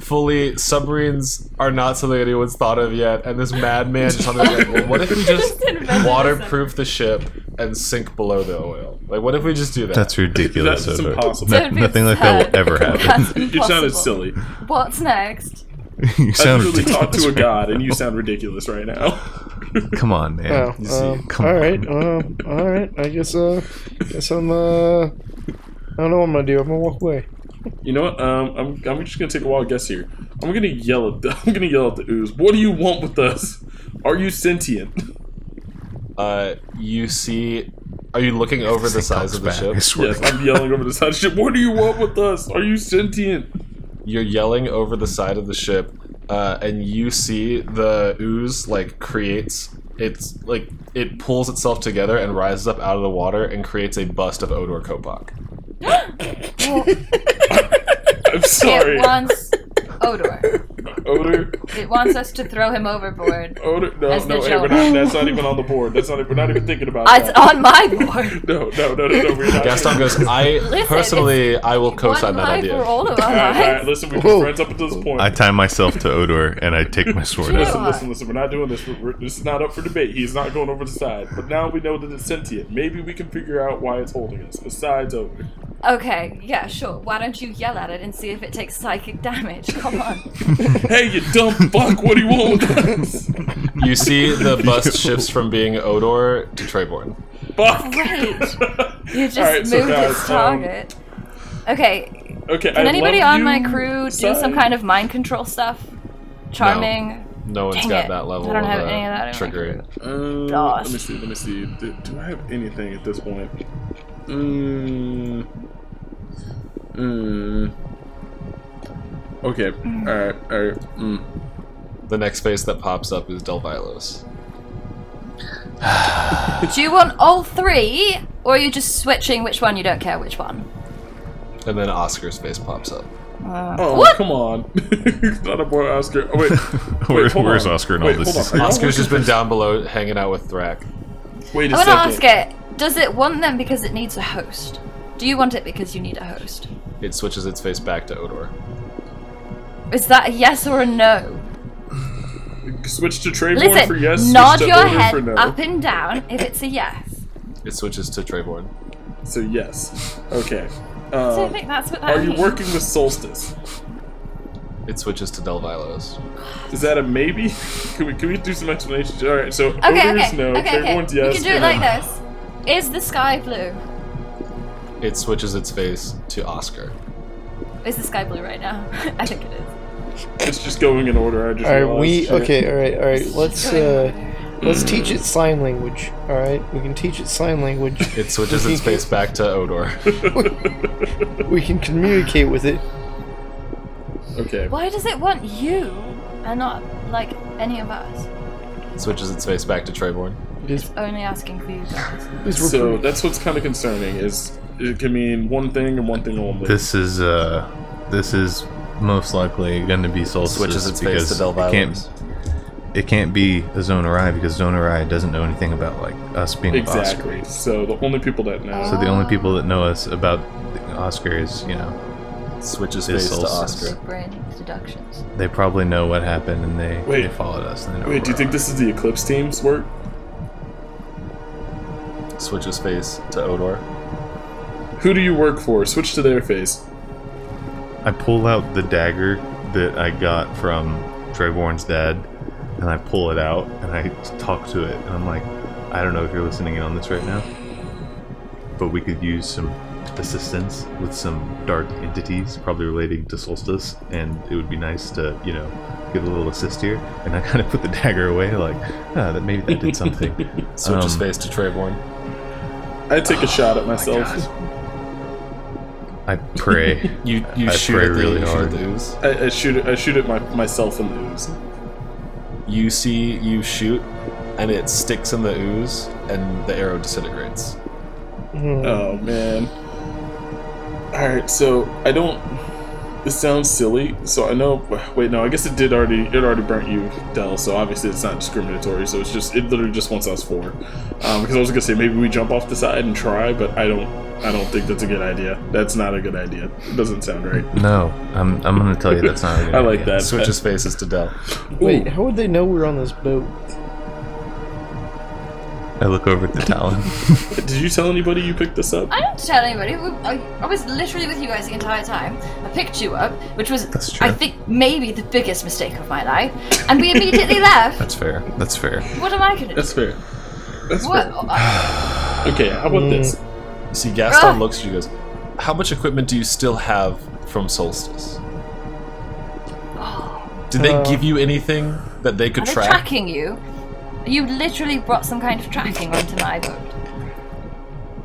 [SPEAKER 1] fully submarines are not something anyone's thought of yet, and this madman just on the like, well, what if we just
[SPEAKER 5] invented
[SPEAKER 1] waterproof the ship and sink below the oil? Like, what if we just do that?
[SPEAKER 3] That's ridiculous.
[SPEAKER 2] That's
[SPEAKER 3] Odo.
[SPEAKER 2] impossible.
[SPEAKER 3] No-
[SPEAKER 5] That would be
[SPEAKER 3] nothing like that
[SPEAKER 5] sad.
[SPEAKER 3] will ever happen.
[SPEAKER 5] That's
[SPEAKER 2] You sounded
[SPEAKER 5] impossible.
[SPEAKER 2] silly.
[SPEAKER 5] What's next?
[SPEAKER 3] you
[SPEAKER 2] I
[SPEAKER 3] sound
[SPEAKER 2] literally talked
[SPEAKER 3] ridiculous
[SPEAKER 2] to a
[SPEAKER 3] right
[SPEAKER 2] god, and
[SPEAKER 3] now.
[SPEAKER 2] you sound ridiculous right now.
[SPEAKER 3] Come on, man.
[SPEAKER 4] Oh,
[SPEAKER 1] you see,
[SPEAKER 4] um,
[SPEAKER 3] come
[SPEAKER 4] all
[SPEAKER 3] on.
[SPEAKER 4] right, um, all right. I guess, uh, guess I'm, uh, I don't know what I'm gonna do. I'm gonna walk away.
[SPEAKER 2] You know what? Um, I'm, I'm just gonna take a wild guess here. I'm gonna yell at the, I'm gonna yell at the ooze. What do you want with us? Are you sentient?
[SPEAKER 1] Uh, you see. Are you looking over the size of the
[SPEAKER 3] I
[SPEAKER 1] ship?
[SPEAKER 3] swear
[SPEAKER 2] Yes,
[SPEAKER 3] to God.
[SPEAKER 2] I'm yelling over the side of the ship. What do you want with us? Are you sentient?
[SPEAKER 1] You're yelling over the side of the ship, uh, and you see the ooze like creates. It's like it pulls itself together and rises up out of the water and creates a bust of Odor Kopak.
[SPEAKER 2] I'm sorry.
[SPEAKER 5] It wants Odor.
[SPEAKER 2] Odor,
[SPEAKER 5] It wants us to throw him overboard.
[SPEAKER 2] odor. No,
[SPEAKER 5] That's
[SPEAKER 2] no,
[SPEAKER 5] the
[SPEAKER 2] hey, we're not,
[SPEAKER 5] joke.
[SPEAKER 2] that's not even on the board. That's not. We're not even thinking about
[SPEAKER 5] It's
[SPEAKER 2] that.
[SPEAKER 5] on my board.
[SPEAKER 2] No, no, no, no, no. We're not.
[SPEAKER 1] Gaston goes, I
[SPEAKER 5] it's-
[SPEAKER 1] personally, I will
[SPEAKER 5] One
[SPEAKER 1] co-sign that
[SPEAKER 5] life For
[SPEAKER 1] idea.
[SPEAKER 5] all of our
[SPEAKER 2] All right, all
[SPEAKER 5] lives.
[SPEAKER 2] right, listen, we've
[SPEAKER 4] Whoa.
[SPEAKER 2] been friends up until this point.
[SPEAKER 3] I tie myself to Odor and I take my sword
[SPEAKER 5] Jeez.
[SPEAKER 3] out.
[SPEAKER 2] Listen, listen, listen. We're not doing this. We're, we're, this is not up for debate. He's not going over the side. But now we know that it's sentient. Maybe we can figure out why it's holding us. Besides, over.
[SPEAKER 5] Okay, yeah, sure. Why don't you yell at it and see if it takes psychic damage? Come on.
[SPEAKER 2] Hey, you dumb fuck! What do you want with us?
[SPEAKER 1] You see the bust shifts from being Odor to Treyborn.
[SPEAKER 2] Fuck.
[SPEAKER 5] Great. You just
[SPEAKER 2] All right,
[SPEAKER 5] moved
[SPEAKER 2] so guys,
[SPEAKER 5] its
[SPEAKER 2] um,
[SPEAKER 5] target. okay,
[SPEAKER 2] Okay.
[SPEAKER 5] can
[SPEAKER 2] I
[SPEAKER 5] anybody
[SPEAKER 2] love
[SPEAKER 5] on
[SPEAKER 2] you,
[SPEAKER 5] my crew do some
[SPEAKER 2] side.
[SPEAKER 5] kind of mind control stuff? Charming?
[SPEAKER 1] No one's
[SPEAKER 5] Dang
[SPEAKER 1] got
[SPEAKER 5] it.
[SPEAKER 1] that level
[SPEAKER 5] I don't
[SPEAKER 1] of
[SPEAKER 5] have
[SPEAKER 1] uh,
[SPEAKER 5] any of that in my
[SPEAKER 1] trickery.
[SPEAKER 2] Um,
[SPEAKER 5] Gosh.
[SPEAKER 2] let me see. Let me see. Do, do I have anything at this point? Mm, mm, okay. All right. All right. Mm.
[SPEAKER 1] The next face that pops up is Delvilos.
[SPEAKER 5] Do you want all three, or are you just switching which one? You don't care which one.
[SPEAKER 1] And then Oscar's face pops up.
[SPEAKER 2] Oh,
[SPEAKER 5] What?
[SPEAKER 2] come on! It's Not a boy, Oscar. Oh, wait.
[SPEAKER 3] Where-
[SPEAKER 2] hold
[SPEAKER 3] where's
[SPEAKER 2] on.
[SPEAKER 3] Oscar in
[SPEAKER 2] Wait,
[SPEAKER 3] all this?
[SPEAKER 2] hold on. Are y'all
[SPEAKER 1] Oscar's just
[SPEAKER 2] looking
[SPEAKER 1] been down below hanging out with Thrak.
[SPEAKER 2] for- Wait a
[SPEAKER 5] I want to ask
[SPEAKER 2] second.
[SPEAKER 5] it does it want them because it needs a host? Do you want it because you need a host?
[SPEAKER 1] It switches its face back to Odor.
[SPEAKER 5] Is that a yes or a no?
[SPEAKER 2] Switch to Trayvon for
[SPEAKER 5] Listen,
[SPEAKER 2] yes. switch
[SPEAKER 5] nod
[SPEAKER 2] to
[SPEAKER 5] your
[SPEAKER 2] Odor
[SPEAKER 5] head
[SPEAKER 2] for no.
[SPEAKER 5] up and down if it's a yes.
[SPEAKER 1] It switches to Treyborn.
[SPEAKER 2] So yes. Okay.
[SPEAKER 5] So I
[SPEAKER 2] Um,
[SPEAKER 5] think that's what that
[SPEAKER 2] are you
[SPEAKER 5] means.
[SPEAKER 2] working with Solstice?
[SPEAKER 1] It switches to Delvilos.
[SPEAKER 2] Is that a maybe? Can we can we do some explanations? All right. So
[SPEAKER 5] Okay,
[SPEAKER 2] Odor's
[SPEAKER 5] okay,
[SPEAKER 2] no.
[SPEAKER 5] okay, okay.
[SPEAKER 2] Trayvon's
[SPEAKER 5] we
[SPEAKER 2] yes.
[SPEAKER 5] can do it
[SPEAKER 2] and
[SPEAKER 5] like
[SPEAKER 2] then-
[SPEAKER 5] this. Is the sky blue?
[SPEAKER 1] It switches its face to Oscar.
[SPEAKER 5] Is the sky blue right now? I think it is.
[SPEAKER 2] It's just going in order. I just
[SPEAKER 4] All right,
[SPEAKER 2] realized.
[SPEAKER 4] we
[SPEAKER 2] Shit.
[SPEAKER 4] okay. All right, all right. Let's uh,
[SPEAKER 2] Hmm.
[SPEAKER 4] let's teach it sign language. All right, we can teach it sign language.
[SPEAKER 1] It switches its face back to Odor.
[SPEAKER 4] We can communicate with it.
[SPEAKER 2] Okay.
[SPEAKER 5] Why does it want you and not like any of us?
[SPEAKER 1] It switches its face back to Treyborn.
[SPEAKER 4] It is,
[SPEAKER 5] Only asking for you guys.
[SPEAKER 4] it is
[SPEAKER 2] So
[SPEAKER 4] recruiting.
[SPEAKER 2] that's what's kind of concerning is it can mean one thing and one thing only.
[SPEAKER 3] This is uh, this is most likely going to be Solstice
[SPEAKER 1] Switches its face
[SPEAKER 3] because
[SPEAKER 1] to
[SPEAKER 3] it
[SPEAKER 1] Delvilos.
[SPEAKER 3] can't it can't be a Zonarai because Zonarai doesn't know anything about like us being with Oscar.
[SPEAKER 2] exactly. So the only people that know.
[SPEAKER 5] Oh.
[SPEAKER 3] So the only people that know us about Oscar is you know
[SPEAKER 1] Switches
[SPEAKER 3] It's
[SPEAKER 1] face to
[SPEAKER 3] Solstice.
[SPEAKER 1] Oscar.
[SPEAKER 5] Brain deductions.
[SPEAKER 3] they probably know what happened and they
[SPEAKER 2] Wait.
[SPEAKER 3] they followed us. And they know
[SPEAKER 2] Wait, do you
[SPEAKER 3] we're
[SPEAKER 2] think
[SPEAKER 3] on.
[SPEAKER 2] this is the Eclipse team's work?
[SPEAKER 1] Switches face to Odor.
[SPEAKER 2] Who do you work for? Switch to their face.
[SPEAKER 3] I pull out the dagger that I got from Trayborn's dad, and I pull it out and I talk to it, and I'm like, I don't know if you're listening in on this right now, but we could use some assistance with some dark entities, probably relating to Solstice, and it would be nice to, you know, get a little assist here. And I kind of put the dagger away, like, ah, that maybe that did something.
[SPEAKER 1] Switches
[SPEAKER 3] Um,
[SPEAKER 1] face to Treyborn.
[SPEAKER 2] I take a shot at myself.
[SPEAKER 3] I pray.
[SPEAKER 1] You you
[SPEAKER 3] I
[SPEAKER 1] shoot
[SPEAKER 3] pray
[SPEAKER 1] at the,
[SPEAKER 3] really
[SPEAKER 1] you shoot at
[SPEAKER 3] hard.
[SPEAKER 1] the ooze.
[SPEAKER 2] I, I shoot. I shoot at my, myself in the ooze.
[SPEAKER 1] You see you shoot, and it sticks in the ooze, and the arrow disintegrates.
[SPEAKER 4] Hmm.
[SPEAKER 2] Oh man. All right, so I don't. This sounds silly. So I know. Wait, no. I guess it did already. It already burnt you, Dell. So obviously it's not discriminatory. So it's just. It literally just wants us four. Um, because I was gonna say maybe we jump off the side and try, but I don't. I don't think that's a good idea. That's not a good idea. It doesn't sound right.
[SPEAKER 3] no, I'm, I'm going to tell you that's not. a good
[SPEAKER 2] I like
[SPEAKER 3] idea.
[SPEAKER 2] that.
[SPEAKER 1] Switches faces to Dell.
[SPEAKER 4] Wait, how would they know we're on this boat?
[SPEAKER 3] I look over at the Talon.
[SPEAKER 2] Did you tell anybody you picked this up?
[SPEAKER 5] I didn't tell anybody. We- I, I was literally with you guys the entire time. I picked you up, which was,
[SPEAKER 3] That's true.
[SPEAKER 5] I think, maybe the biggest mistake of my life. And we immediately left.
[SPEAKER 3] That's fair. That's fair.
[SPEAKER 5] What am I gonna do?
[SPEAKER 2] That's fair. That's
[SPEAKER 5] What?
[SPEAKER 2] fair. Okay. How about this?
[SPEAKER 3] Mm.
[SPEAKER 1] See, Gaston
[SPEAKER 5] Ah!
[SPEAKER 1] looks at you and goes, How much equipment do you still have from Solstice? Did they
[SPEAKER 4] Uh,
[SPEAKER 1] Uh, give you anything that they could
[SPEAKER 5] Are they
[SPEAKER 1] track?
[SPEAKER 5] tracking you? You literally brought some kind of tracking onto my boat.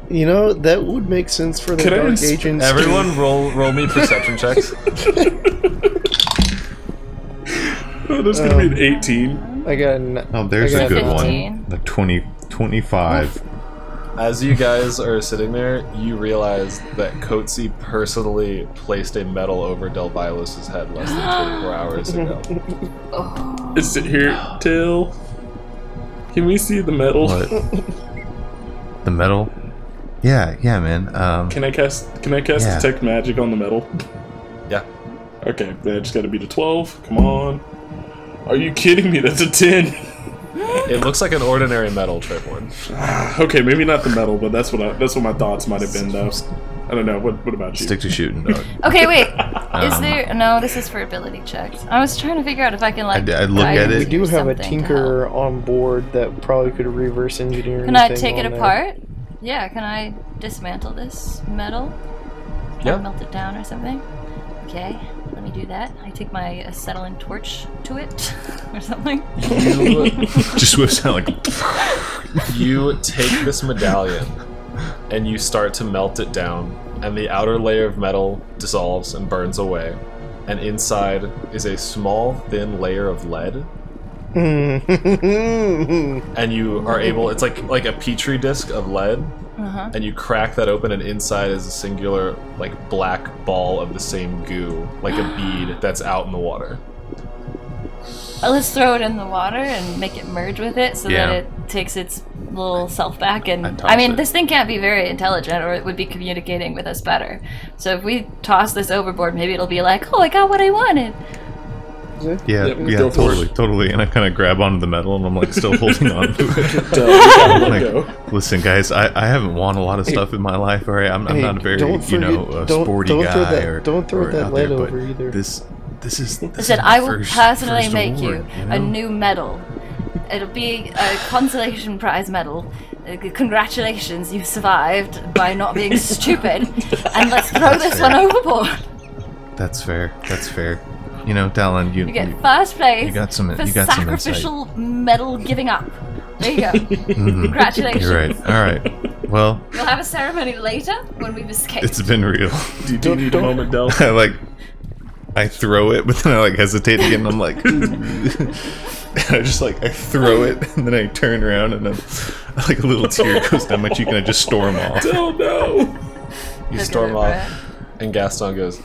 [SPEAKER 4] You know that would make sense for the
[SPEAKER 2] Could I
[SPEAKER 4] dark
[SPEAKER 2] insp-
[SPEAKER 4] agents. to-
[SPEAKER 1] Everyone, roll roll me perception checks.
[SPEAKER 2] Oh, that's gonna
[SPEAKER 3] Um,
[SPEAKER 2] be an 18.
[SPEAKER 4] I got. An,
[SPEAKER 3] Oh, there's
[SPEAKER 4] I
[SPEAKER 3] a
[SPEAKER 4] got
[SPEAKER 3] good
[SPEAKER 5] 15.
[SPEAKER 3] one. Like 20, 25.
[SPEAKER 1] As you guys are sitting there, you realize that Coetzee personally placed a medal over Delvilos's head less than 24 hours ago.
[SPEAKER 2] Is it here till? Can we see the metal?
[SPEAKER 3] What? the metal? Yeah, yeah, man. Um,
[SPEAKER 2] Can I cast? Can I cast
[SPEAKER 3] Yeah.
[SPEAKER 2] detect magic on the metal?
[SPEAKER 1] Yeah.
[SPEAKER 2] Okay, then I just gotta beat a 12. Come on. Are you kidding me? That's a 10.
[SPEAKER 1] It looks like an ordinary metal Trevorn.
[SPEAKER 2] okay, maybe not the metal, but that's what I, that's what my thoughts might have been though. I don't know. What what about you?
[SPEAKER 3] stick to shooting, dog.
[SPEAKER 5] Okay, wait. Is
[SPEAKER 3] Um,
[SPEAKER 5] there no? This is for ability checks. I was trying to figure out if I can like.
[SPEAKER 3] I'd- I'd look
[SPEAKER 5] guide
[SPEAKER 3] at
[SPEAKER 5] you
[SPEAKER 3] it.
[SPEAKER 4] we do
[SPEAKER 5] or
[SPEAKER 4] have a
[SPEAKER 5] something to help.
[SPEAKER 4] tinker on board that probably could reverse engineer.
[SPEAKER 5] Can I
[SPEAKER 4] anything
[SPEAKER 5] take it
[SPEAKER 4] on there.
[SPEAKER 5] apart? Yeah, can I dismantle this metal? Try to
[SPEAKER 1] Yeah.
[SPEAKER 5] melt it down or something? Okay, let me do that. I take my acetylene torch to it or something.
[SPEAKER 1] You,
[SPEAKER 3] Just whips out like.
[SPEAKER 1] you take this medallion and you start to melt it down, and the outer layer of metal dissolves and burns away. And inside is a small, thin layer of lead and you are able it's like like a petri disc of lead
[SPEAKER 5] Uh-huh.
[SPEAKER 1] and you crack that open and inside is a singular like black ball of the same goo like a bead that's out in the water
[SPEAKER 5] Uh, Let's throw it in the water and make it merge with it so
[SPEAKER 3] Yeah.
[SPEAKER 5] that it takes its little self back.
[SPEAKER 3] I
[SPEAKER 5] And
[SPEAKER 3] toss
[SPEAKER 5] I, mean,
[SPEAKER 3] it.
[SPEAKER 5] this thing can't be very intelligent or it would be communicating with us better. So if we toss this overboard, maybe it'll be like, oh, I got what I wanted.
[SPEAKER 3] Yeah,
[SPEAKER 2] Yeah,
[SPEAKER 3] yeah,
[SPEAKER 2] go for it.
[SPEAKER 3] totally, totally. And I kind of grab onto the metal and I'm like still holding on to it.
[SPEAKER 2] Duh, we gotta let
[SPEAKER 3] Like,
[SPEAKER 2] go.
[SPEAKER 3] Listen, guys, I, I haven't won a lot of stuff in my life, all right? I'm, I'm
[SPEAKER 4] Hey,
[SPEAKER 3] not a very,
[SPEAKER 4] don't
[SPEAKER 3] you know,
[SPEAKER 4] forget-
[SPEAKER 3] a
[SPEAKER 4] don't-
[SPEAKER 3] sporty
[SPEAKER 4] don't
[SPEAKER 3] guy.
[SPEAKER 4] throw that-
[SPEAKER 3] or,
[SPEAKER 4] don't throw
[SPEAKER 3] or
[SPEAKER 4] that
[SPEAKER 3] out
[SPEAKER 4] lead
[SPEAKER 3] there, but
[SPEAKER 4] over either.
[SPEAKER 3] This, this is. This
[SPEAKER 5] I
[SPEAKER 3] is
[SPEAKER 5] said,
[SPEAKER 3] my
[SPEAKER 5] I will
[SPEAKER 3] first-
[SPEAKER 5] personally
[SPEAKER 3] first
[SPEAKER 5] make you,
[SPEAKER 3] award,
[SPEAKER 5] a
[SPEAKER 3] know?
[SPEAKER 5] new medal. It'll be a consolation prize medal. Uh, c- Congratulations, you survived by not being stupid. And let's throw this one overboard.
[SPEAKER 3] That's fair. That's fair. You know, Dallin, you,
[SPEAKER 5] You
[SPEAKER 3] you-
[SPEAKER 5] get first place
[SPEAKER 3] you got some-
[SPEAKER 5] for
[SPEAKER 3] you got some insight.
[SPEAKER 5] sacrificial medal giving up. There you go.
[SPEAKER 3] Mm-hmm.
[SPEAKER 5] Congratulations.
[SPEAKER 3] you're right. All right. Well,
[SPEAKER 5] We'll have a ceremony later when we've escaped.
[SPEAKER 3] it's been real.
[SPEAKER 2] Do you, do you need a moment, Del?
[SPEAKER 3] I like I throw it, but then I like hesitate again. And I'm like, I just like I throw it, and then I turn around, and then like a little tear goes down my cheek, and I just storm off.
[SPEAKER 2] Del, no.
[SPEAKER 1] you
[SPEAKER 5] Look at
[SPEAKER 1] storm
[SPEAKER 5] it,
[SPEAKER 1] off
[SPEAKER 5] Brett.
[SPEAKER 1] and gaston goes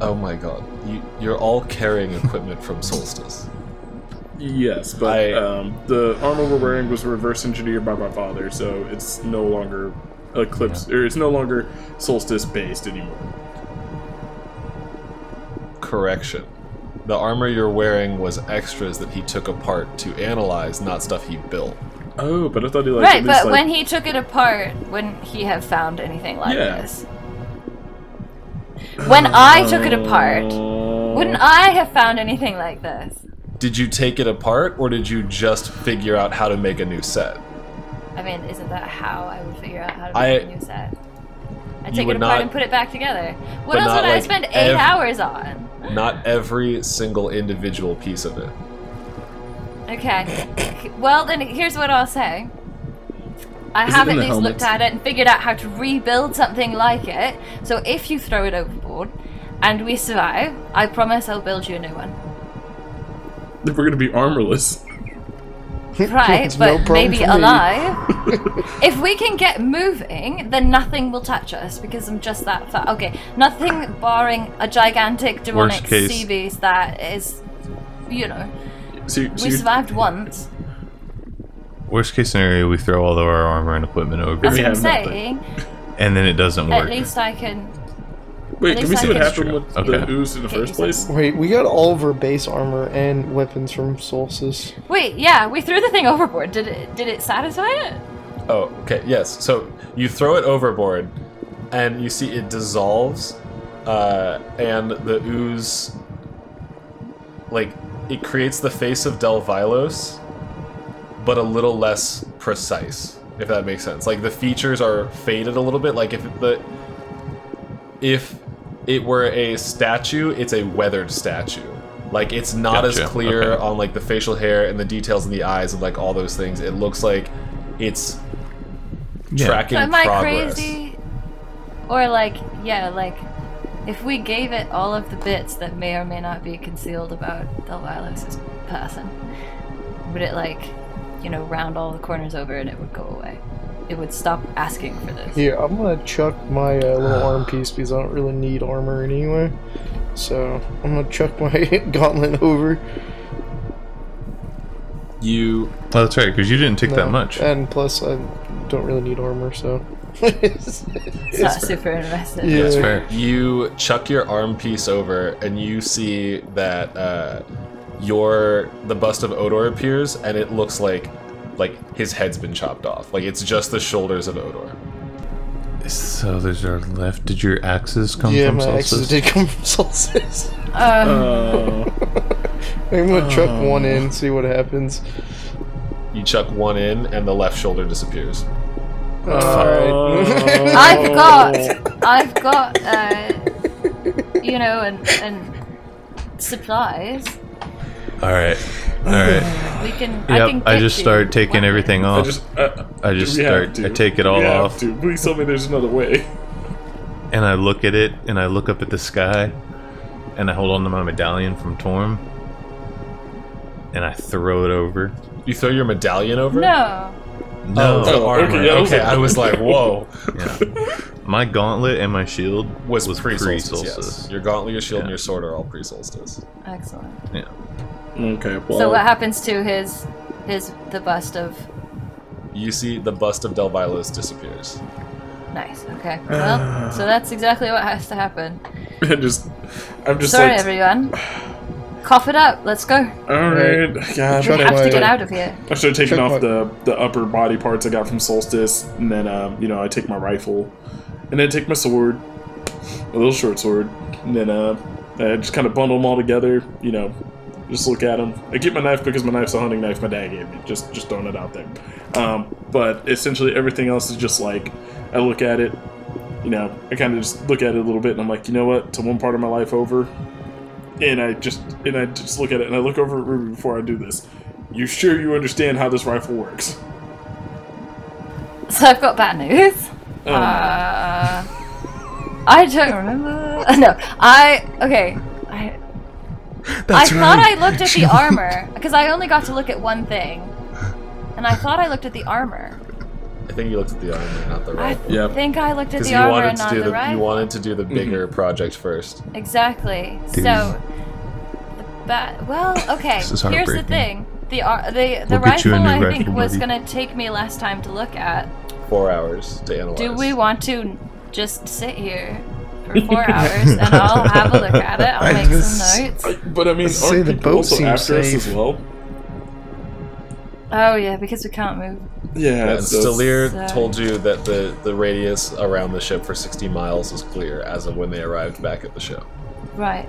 [SPEAKER 1] oh my god you, you're all carrying equipment from solstice
[SPEAKER 2] Yes, but
[SPEAKER 1] I-
[SPEAKER 2] um, the armor we're wearing was reverse engineered by my father, so it's no longer eclipse or it's no longer solstice based anymore.
[SPEAKER 1] correction the armor you're wearing was extras that he took apart to analyze not stuff he built
[SPEAKER 2] Oh, but I thought he like
[SPEAKER 5] Right,
[SPEAKER 2] at least,
[SPEAKER 5] but
[SPEAKER 2] like,
[SPEAKER 5] when he took it apart, wouldn't he have found anything like
[SPEAKER 2] Yeah.
[SPEAKER 5] this? When I took it apart, wouldn't
[SPEAKER 1] Oh.
[SPEAKER 2] Uh,
[SPEAKER 5] I have found anything like this?
[SPEAKER 1] did you take it apart or did you just figure out how to make a new set
[SPEAKER 5] I mean, isn't that how I would figure out how to
[SPEAKER 1] I-
[SPEAKER 5] make a new set? I take it
[SPEAKER 1] would
[SPEAKER 5] apart
[SPEAKER 1] not-
[SPEAKER 5] and put it back together. What
[SPEAKER 1] but
[SPEAKER 5] else
[SPEAKER 1] not,
[SPEAKER 5] would I
[SPEAKER 1] like,
[SPEAKER 5] spend eight
[SPEAKER 1] ev-
[SPEAKER 5] hours on?
[SPEAKER 1] not every single individual piece of it
[SPEAKER 5] Okay. Well, then here's what I'll say. I
[SPEAKER 2] Is it
[SPEAKER 5] have
[SPEAKER 2] in
[SPEAKER 5] at
[SPEAKER 2] the
[SPEAKER 5] least looked
[SPEAKER 2] helmets?
[SPEAKER 5] at it and figured out how to rebuild something like it. So if you throw it overboard and we survive, I promise I'll build you a new one.
[SPEAKER 2] If we're gonna be armorless.
[SPEAKER 5] Right,
[SPEAKER 4] It's no
[SPEAKER 5] but
[SPEAKER 4] problem
[SPEAKER 5] maybe
[SPEAKER 4] for me.
[SPEAKER 5] alive. if we can get moving, then nothing will touch us because I'm just that fat. Okay, nothing barring a gigantic demonic
[SPEAKER 3] case.
[SPEAKER 5] sea beast that is, you know,
[SPEAKER 2] So, you- so
[SPEAKER 5] we
[SPEAKER 2] you-
[SPEAKER 5] survived once.
[SPEAKER 3] Worst case scenario, we throw all of our armor and equipment over,
[SPEAKER 5] That's
[SPEAKER 2] we
[SPEAKER 5] what I'm
[SPEAKER 2] have nothing.
[SPEAKER 5] saying.
[SPEAKER 3] and then it doesn't work.
[SPEAKER 5] At least I can.
[SPEAKER 2] wait,
[SPEAKER 5] at
[SPEAKER 2] can we
[SPEAKER 5] least
[SPEAKER 2] see
[SPEAKER 5] I
[SPEAKER 2] what
[SPEAKER 5] can-
[SPEAKER 2] happened with
[SPEAKER 3] Okay.
[SPEAKER 2] the ooze in the
[SPEAKER 5] Okay,
[SPEAKER 2] first
[SPEAKER 5] so-
[SPEAKER 2] place?
[SPEAKER 4] Wait, we got all of our base armor and weapons from Solstice.
[SPEAKER 5] Wait, yeah, we threw the thing overboard. Did it? Did it satisfy it?
[SPEAKER 1] Oh, okay. Yes. So you throw it overboard, and you see it dissolves, uh, and the ooze, like, it creates the face of Delvilos, but a little less precise. If that makes sense. Like the features are faded a little bit. Like if the if it were a statue, it's a weathered statue. Like it's not as
[SPEAKER 3] Gotcha,
[SPEAKER 1] clear
[SPEAKER 3] okay.
[SPEAKER 1] on like the facial hair and the details in the eyes and like all those things. It looks like it's
[SPEAKER 3] Yeah.
[SPEAKER 1] tracking
[SPEAKER 5] Am I
[SPEAKER 1] progress.
[SPEAKER 5] crazy? Or like, yeah, like if we gave it all of the bits that may or may not be concealed about Delvilos's person, would it like, you know, round all the corners over and it would go away? It would stop asking for this.
[SPEAKER 4] Here, I'm gonna chuck my uh, little arm piece because I don't really need armor anyway. So I'm gonna chuck my gauntlet over.
[SPEAKER 1] You
[SPEAKER 3] Oh, that's right, because you didn't take that
[SPEAKER 4] No,
[SPEAKER 3] much.
[SPEAKER 4] And plus, I don't really need armor, so. It's-
[SPEAKER 5] It's not super invested.
[SPEAKER 4] Yeah.
[SPEAKER 3] That's fair.
[SPEAKER 1] You chuck your arm piece over, and you see that uh, your the bust of Odor appears, and it looks like like his head's been chopped off. Like it's just the shoulders of Odor.
[SPEAKER 3] So there's our left. Did your axes come
[SPEAKER 4] yeah,
[SPEAKER 3] from
[SPEAKER 4] my
[SPEAKER 3] Celsus?
[SPEAKER 4] axes did come from Solstice.
[SPEAKER 5] Um,
[SPEAKER 2] Uh,
[SPEAKER 4] I'm gonna chuck
[SPEAKER 3] Oh.
[SPEAKER 4] one in, see what happens.
[SPEAKER 1] You chuck one in, and the left shoulder disappears.
[SPEAKER 3] Uh,
[SPEAKER 2] Uh,
[SPEAKER 4] Alright.
[SPEAKER 5] I've got, I've got, uh, you know, and and supplies.
[SPEAKER 3] All right, all right.
[SPEAKER 5] We can. I can
[SPEAKER 3] Yep. I
[SPEAKER 5] get
[SPEAKER 3] just
[SPEAKER 5] you
[SPEAKER 3] start taking
[SPEAKER 5] one.
[SPEAKER 3] everything
[SPEAKER 2] I
[SPEAKER 3] off.
[SPEAKER 2] just, I,
[SPEAKER 3] I just
[SPEAKER 2] we have
[SPEAKER 3] start-
[SPEAKER 2] to.
[SPEAKER 3] I take it all
[SPEAKER 2] We have
[SPEAKER 3] off.
[SPEAKER 2] to. Please tell me there's another way.
[SPEAKER 3] and I look at it and I look up at the sky and I hold on to my medallion from Torm and I throw it over.
[SPEAKER 1] You throw your medallion over.
[SPEAKER 5] No.
[SPEAKER 1] Oh, the
[SPEAKER 2] Oh,
[SPEAKER 1] armor.
[SPEAKER 2] okay,
[SPEAKER 1] Okay,
[SPEAKER 2] yeah, I was like-
[SPEAKER 1] I was like, whoa.
[SPEAKER 3] Yeah. my gauntlet and my shield
[SPEAKER 1] Was,
[SPEAKER 3] was, pre
[SPEAKER 1] pre-solstice, yes.
[SPEAKER 3] solstice.
[SPEAKER 1] Your gauntlet, your shield, and
[SPEAKER 3] Yeah.
[SPEAKER 1] your sword are all pre-solstice.
[SPEAKER 5] Excellent.
[SPEAKER 2] Okay. Well,
[SPEAKER 5] So what happens to his his the bust of
[SPEAKER 1] You see the bust of Delvilos disappears.
[SPEAKER 5] nice. Okay. Well, so that's exactly what has to happen.
[SPEAKER 2] I just, I'm just
[SPEAKER 5] Sorry
[SPEAKER 2] like,
[SPEAKER 5] everyone. Cough it up. Let's go.
[SPEAKER 2] all right. God,
[SPEAKER 5] We have
[SPEAKER 4] Chuck
[SPEAKER 5] to
[SPEAKER 4] my-
[SPEAKER 5] get out of here.
[SPEAKER 2] I should have taken
[SPEAKER 4] Check
[SPEAKER 2] off
[SPEAKER 4] what?
[SPEAKER 2] the, the upper body parts I got from Solstice, and then um, you know I take my rifle, and then I take my sword, a little short sword, and then uh, I just kind of bundle them all together. You know, just look at them. I keep my knife because my knife's a hunting knife my dad gave me. Just just throwing it out there. Um, but essentially everything else is just like I look at it. You know, I kind of just look at it a little bit, and I'm like, you know what? To one part of my life over, and I just and I just look at it and I look over at Ruby before I do this. You sure you understand how this rifle works?
[SPEAKER 5] So I've got bad news.
[SPEAKER 2] Um,
[SPEAKER 5] Uh, I don't remember. No, I okay. I, I thought I looked at the armor because I only got to look at one thing, and I thought I looked at the armor.
[SPEAKER 1] I think you looked at the armor, not the
[SPEAKER 5] I
[SPEAKER 1] rifle.
[SPEAKER 2] Yep.
[SPEAKER 5] think I looked at
[SPEAKER 1] Because
[SPEAKER 5] the
[SPEAKER 1] you
[SPEAKER 5] armor
[SPEAKER 1] wanted
[SPEAKER 5] and
[SPEAKER 1] to
[SPEAKER 5] not
[SPEAKER 1] do
[SPEAKER 5] the,
[SPEAKER 1] the, you
[SPEAKER 5] rifle.
[SPEAKER 1] wanted to do the bigger project first.
[SPEAKER 5] Exactly.
[SPEAKER 3] Dude.
[SPEAKER 5] So, the ba- well, okay.
[SPEAKER 3] This is
[SPEAKER 5] Here's the
[SPEAKER 3] heartbreaking.
[SPEAKER 5] thing: the ar- the the
[SPEAKER 3] We'll get you
[SPEAKER 5] rifle
[SPEAKER 3] a new
[SPEAKER 5] I
[SPEAKER 3] rifle,
[SPEAKER 5] think was
[SPEAKER 3] buddy.
[SPEAKER 5] gonna take me less time to look at.
[SPEAKER 1] Four hours to analyze.
[SPEAKER 5] Do we want to just sit here for four hours and I'll have a look at it? I'll make some notes.
[SPEAKER 2] I- but I mean,
[SPEAKER 4] Let's say
[SPEAKER 2] aren't
[SPEAKER 4] the
[SPEAKER 2] people
[SPEAKER 4] boat
[SPEAKER 2] also
[SPEAKER 4] seems
[SPEAKER 2] after us
[SPEAKER 4] safe.
[SPEAKER 2] as well?
[SPEAKER 5] Oh yeah, because we can't move.
[SPEAKER 2] Yeah,
[SPEAKER 1] And
[SPEAKER 2] it's so
[SPEAKER 1] Stelir
[SPEAKER 5] So-
[SPEAKER 1] told you that the, the radius around the ship for 60 miles was clear as of when they arrived back at the ship.
[SPEAKER 5] Right.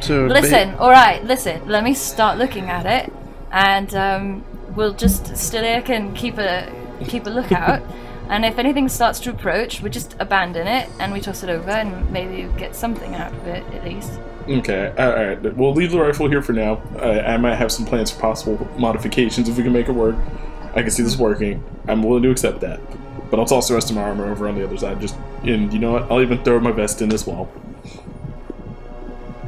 [SPEAKER 4] So ba-
[SPEAKER 5] Listen. All right. Listen. Let me start looking at it, and um, we'll just still here can keep a keep a lookout. and if anything starts to approach, we just abandon it and we toss it over, and maybe get something out of it at least.
[SPEAKER 2] okay. All right, we'll leave the rifle here for now. I, I might have some plans for possible modifications if we can make it work. I can see this working. I'm willing to accept that, but I'll toss the rest of my armor over on the other side. Just and you know what? I'll even throw my vest in as well.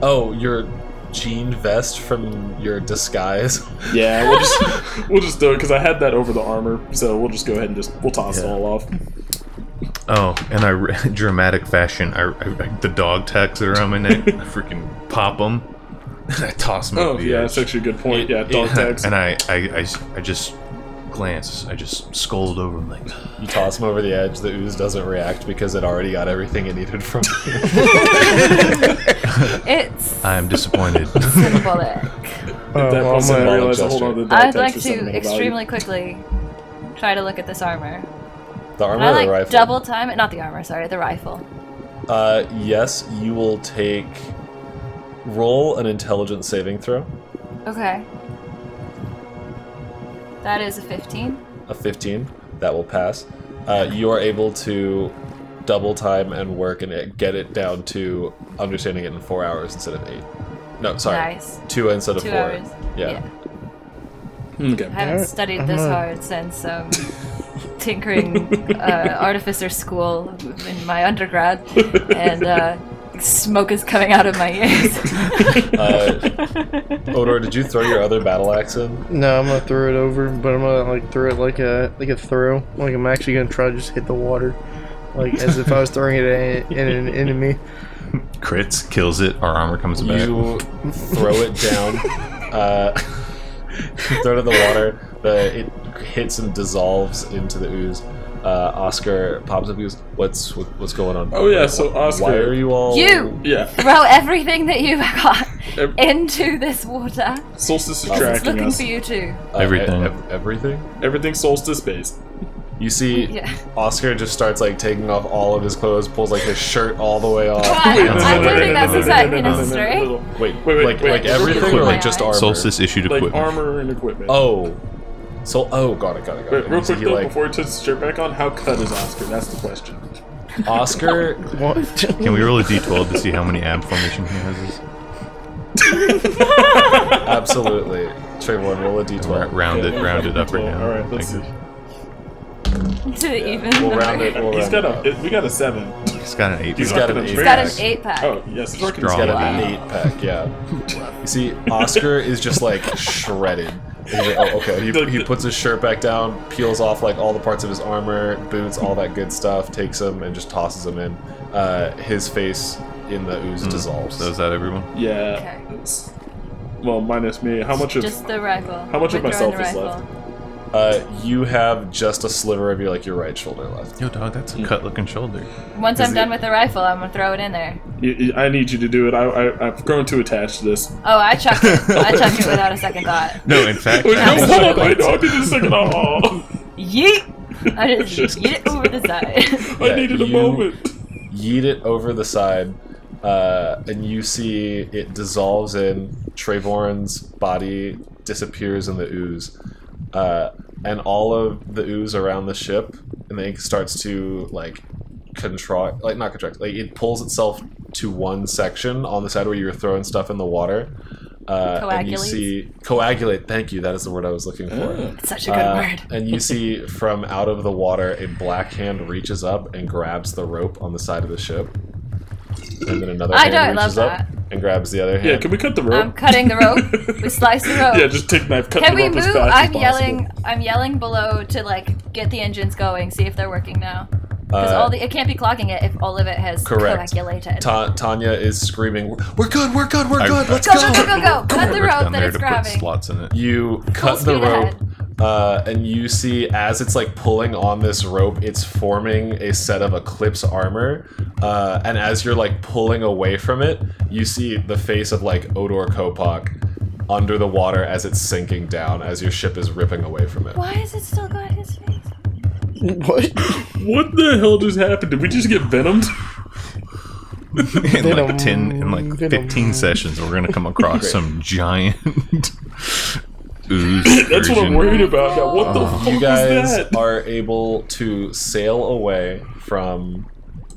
[SPEAKER 1] Oh, your jean vest from your disguise?
[SPEAKER 2] Yeah, we'll just we'll just do it because I had that over the armor, so we'll just go ahead and just we'll toss it
[SPEAKER 1] Yeah.
[SPEAKER 2] all off.
[SPEAKER 3] Oh, and I dramatic fashion. I, I like, the dog tags that are around my neck. I freaking pop them. And I toss them.
[SPEAKER 2] Oh yeah, that's actually a good point. Yeah, dog tags.
[SPEAKER 3] And I, I, I, s- I just glance. I just scolded over. I'm like,
[SPEAKER 1] You toss him over the edge, the ooze doesn't react because it already got everything it needed from you.
[SPEAKER 5] It's
[SPEAKER 3] I am disappointed.
[SPEAKER 5] symbolic.
[SPEAKER 4] oh,
[SPEAKER 2] that
[SPEAKER 4] well, I'm
[SPEAKER 2] person
[SPEAKER 4] gonna-
[SPEAKER 2] realized to hold on to the dog
[SPEAKER 5] I'd
[SPEAKER 2] tags
[SPEAKER 5] like
[SPEAKER 2] for
[SPEAKER 5] to
[SPEAKER 2] sentimental
[SPEAKER 5] extremely quickly try to look at this armor.
[SPEAKER 1] The armor
[SPEAKER 5] I
[SPEAKER 1] or the
[SPEAKER 5] like
[SPEAKER 1] rifle?
[SPEAKER 5] double time it. Not the armor. Sorry, the rifle.
[SPEAKER 1] Uh, yes, you will take. Roll an intelligence saving throw.
[SPEAKER 5] Okay. That is a 15.
[SPEAKER 1] a 15 that will pass uh, you are able to double time and work and it- get it down to understanding it in four hours instead of eight No, sorry.
[SPEAKER 5] Nice.
[SPEAKER 1] Two instead of
[SPEAKER 5] Two
[SPEAKER 1] four.
[SPEAKER 5] hours.
[SPEAKER 1] Yeah.
[SPEAKER 5] I
[SPEAKER 2] Okay.
[SPEAKER 5] haven't
[SPEAKER 4] Alright,
[SPEAKER 5] studied this
[SPEAKER 4] uh-huh.
[SPEAKER 5] hard since um, tinkering uh, artificer school in my undergrad, and uh, smoke is coming out of my ears.
[SPEAKER 1] Uh, Odor, did you throw your other battle axe in?
[SPEAKER 4] No, I'm gonna throw it over, but I'm gonna like throw it like a like a throw. Like I'm actually gonna try to just hit the water, like as if I was throwing it at, at an enemy.
[SPEAKER 3] Crits, kills it, our armor comes back.
[SPEAKER 1] You throw it down. Uh, throw it in the water. The, it hits and dissolves into the ooze. Uh, Oscar pops up. and goes, "What's what, what's going on?
[SPEAKER 2] Oh yeah. So Oscar.
[SPEAKER 1] Why are you all?
[SPEAKER 5] You!
[SPEAKER 2] Yeah.
[SPEAKER 5] Throw everything that you've got
[SPEAKER 2] ev-
[SPEAKER 5] into this water.
[SPEAKER 2] Solstice
[SPEAKER 1] It's
[SPEAKER 2] is
[SPEAKER 5] It's
[SPEAKER 2] tracking
[SPEAKER 5] looking
[SPEAKER 2] us.
[SPEAKER 5] for you too.
[SPEAKER 1] Uh,
[SPEAKER 3] Everything.
[SPEAKER 1] ev- everything.
[SPEAKER 2] Everything's solstice based.
[SPEAKER 1] You see,
[SPEAKER 5] Yeah.
[SPEAKER 1] Oscar just starts like taking off all of his clothes, pulls like his shirt all the way off.
[SPEAKER 5] Right,
[SPEAKER 2] Wait, no, no,
[SPEAKER 5] I
[SPEAKER 2] no,
[SPEAKER 5] don't
[SPEAKER 2] no,
[SPEAKER 5] think that's
[SPEAKER 3] no,
[SPEAKER 5] exactly
[SPEAKER 2] no, no, no, no,
[SPEAKER 5] necessary.
[SPEAKER 2] no, no, no.
[SPEAKER 1] Wait,
[SPEAKER 2] Wait, wait,
[SPEAKER 1] like
[SPEAKER 2] wait.
[SPEAKER 1] like
[SPEAKER 2] Look at
[SPEAKER 1] everything or
[SPEAKER 5] my
[SPEAKER 1] like just
[SPEAKER 5] eyes.
[SPEAKER 1] armor?
[SPEAKER 3] Solstice issued
[SPEAKER 2] Like
[SPEAKER 3] equipment.
[SPEAKER 2] armor and equipment.
[SPEAKER 1] Oh, so oh, got it, got it, got
[SPEAKER 2] Wait,
[SPEAKER 1] it.
[SPEAKER 2] real
[SPEAKER 1] So
[SPEAKER 2] quick
[SPEAKER 1] he,
[SPEAKER 2] though,
[SPEAKER 1] like,
[SPEAKER 2] before he puts his shirt back on, how cut is Oscar? That's the question.
[SPEAKER 1] Oscar
[SPEAKER 4] What?
[SPEAKER 3] Can we roll a d12 to see how many ab formation he has?
[SPEAKER 1] Absolutely. Trayvon, roll a
[SPEAKER 3] Ra-
[SPEAKER 1] d12.
[SPEAKER 3] round it, round it up or
[SPEAKER 2] Well,
[SPEAKER 3] down.
[SPEAKER 2] All right, let's see.
[SPEAKER 5] To even
[SPEAKER 1] We'll round it. We'll round
[SPEAKER 2] He's got
[SPEAKER 1] it
[SPEAKER 2] a.
[SPEAKER 1] up.
[SPEAKER 2] it- We got a seven.
[SPEAKER 3] He's got an eight.
[SPEAKER 2] He's
[SPEAKER 1] He's got an
[SPEAKER 2] He's
[SPEAKER 1] eight.
[SPEAKER 5] He's got an
[SPEAKER 1] pack.
[SPEAKER 5] eight pack.
[SPEAKER 2] Oh yes, he's working.
[SPEAKER 3] Strong.
[SPEAKER 1] He's
[SPEAKER 2] his-
[SPEAKER 1] got
[SPEAKER 5] Wow.
[SPEAKER 1] an eight pack. Yeah. You see, Oscar is just like shredded. And he's like, oh, okay. He, he puts his shirt back down, peels off like all the parts of his armor, boots, all that good stuff. Takes them and just tosses them in. Uh, his face in the ooze dissolves.
[SPEAKER 3] So is that everyone?
[SPEAKER 2] Yeah. it's- Well, minus me. How much of?
[SPEAKER 5] Just the rifle.
[SPEAKER 2] How much of
[SPEAKER 5] We're throwing
[SPEAKER 2] myself
[SPEAKER 5] the
[SPEAKER 2] is
[SPEAKER 5] rifle.
[SPEAKER 2] left?
[SPEAKER 1] Uh, you have just a sliver of your like your right shoulder left.
[SPEAKER 3] Yo, dog, that's
[SPEAKER 2] Hmm.
[SPEAKER 3] a cut looking shoulder.
[SPEAKER 5] Once
[SPEAKER 1] Is
[SPEAKER 5] I'm
[SPEAKER 1] it-
[SPEAKER 5] done with the rifle, I'm gonna throw it in there.
[SPEAKER 2] You- you- I need you to do it. I, I I've grown too attached to this.
[SPEAKER 5] Oh, I chucked it. I chucked it without a second thought.
[SPEAKER 3] No, in fact,
[SPEAKER 2] Wait,
[SPEAKER 3] I
[SPEAKER 2] no,
[SPEAKER 3] think-
[SPEAKER 2] hold on. Wait, no, I need a second. Oh,
[SPEAKER 5] Yeet! I just yeet it over the side.
[SPEAKER 2] I
[SPEAKER 1] Yeah,
[SPEAKER 2] needed a
[SPEAKER 1] you-
[SPEAKER 2] moment.
[SPEAKER 1] yeet it over the side, uh, and you see it dissolves in. Trayvorn's body disappears in the ooze, uh, and all of the ooze around the ship, and then it starts to like contract, like not contract, like it pulls itself to one section on the side where you were throwing stuff in the water. Uh, and you
[SPEAKER 5] Coagulates?
[SPEAKER 1] see coagulate. Thank you. That is the word I was looking for.
[SPEAKER 5] It's such a good
[SPEAKER 1] Uh,
[SPEAKER 5] word.
[SPEAKER 1] and you see from out of the water, a black hand reaches up and grabs the rope on the side of the ship. And then another
[SPEAKER 5] I
[SPEAKER 1] hand
[SPEAKER 5] don't love
[SPEAKER 1] reaches up and grabs the other hand.
[SPEAKER 2] Yeah, can we cut the rope?
[SPEAKER 5] I'm cutting the rope. We slice the rope.
[SPEAKER 2] oh. Yeah, just take knife. Cut
[SPEAKER 5] Can
[SPEAKER 2] the
[SPEAKER 5] we
[SPEAKER 2] rope
[SPEAKER 5] move?
[SPEAKER 2] as fast as
[SPEAKER 5] I'm
[SPEAKER 2] possible.
[SPEAKER 5] yelling. I'm yelling below to like get the engines going, see if they're working now. Because
[SPEAKER 1] Uh,
[SPEAKER 5] all the it can't be clocking it if all of it has
[SPEAKER 1] Correct.
[SPEAKER 5] coagulated.
[SPEAKER 1] Ta- Tanya is screaming, "We're good! We're good! We're
[SPEAKER 3] I-
[SPEAKER 1] good! Let's
[SPEAKER 5] go
[SPEAKER 1] go!"
[SPEAKER 5] go go go go! Cut the
[SPEAKER 3] Rick down
[SPEAKER 5] rope that
[SPEAKER 3] there
[SPEAKER 5] it's
[SPEAKER 3] to put
[SPEAKER 5] grabbing.
[SPEAKER 3] slots in it.
[SPEAKER 1] You cut the
[SPEAKER 5] speed
[SPEAKER 1] rope,
[SPEAKER 5] ahead.
[SPEAKER 1] uh, and you see as it's like pulling on this rope, it's forming a set of Eclipse armor. Uh, and as you're like pulling away from it, you see the face of like Odor Kopak under the water as it's sinking down as your ship is ripping away from it.
[SPEAKER 5] Why is it still got his face?
[SPEAKER 4] What?
[SPEAKER 2] What the hell just happened? Did we just get venomed?
[SPEAKER 3] in like
[SPEAKER 4] Venom,
[SPEAKER 3] ten, in like
[SPEAKER 4] venom.
[SPEAKER 3] fifteen sessions, we're gonna come across some giant ooze.
[SPEAKER 2] That's what I'm
[SPEAKER 3] version.
[SPEAKER 2] worried about. Now. What the fuck
[SPEAKER 1] You guys
[SPEAKER 2] is that?
[SPEAKER 1] are able to sail away from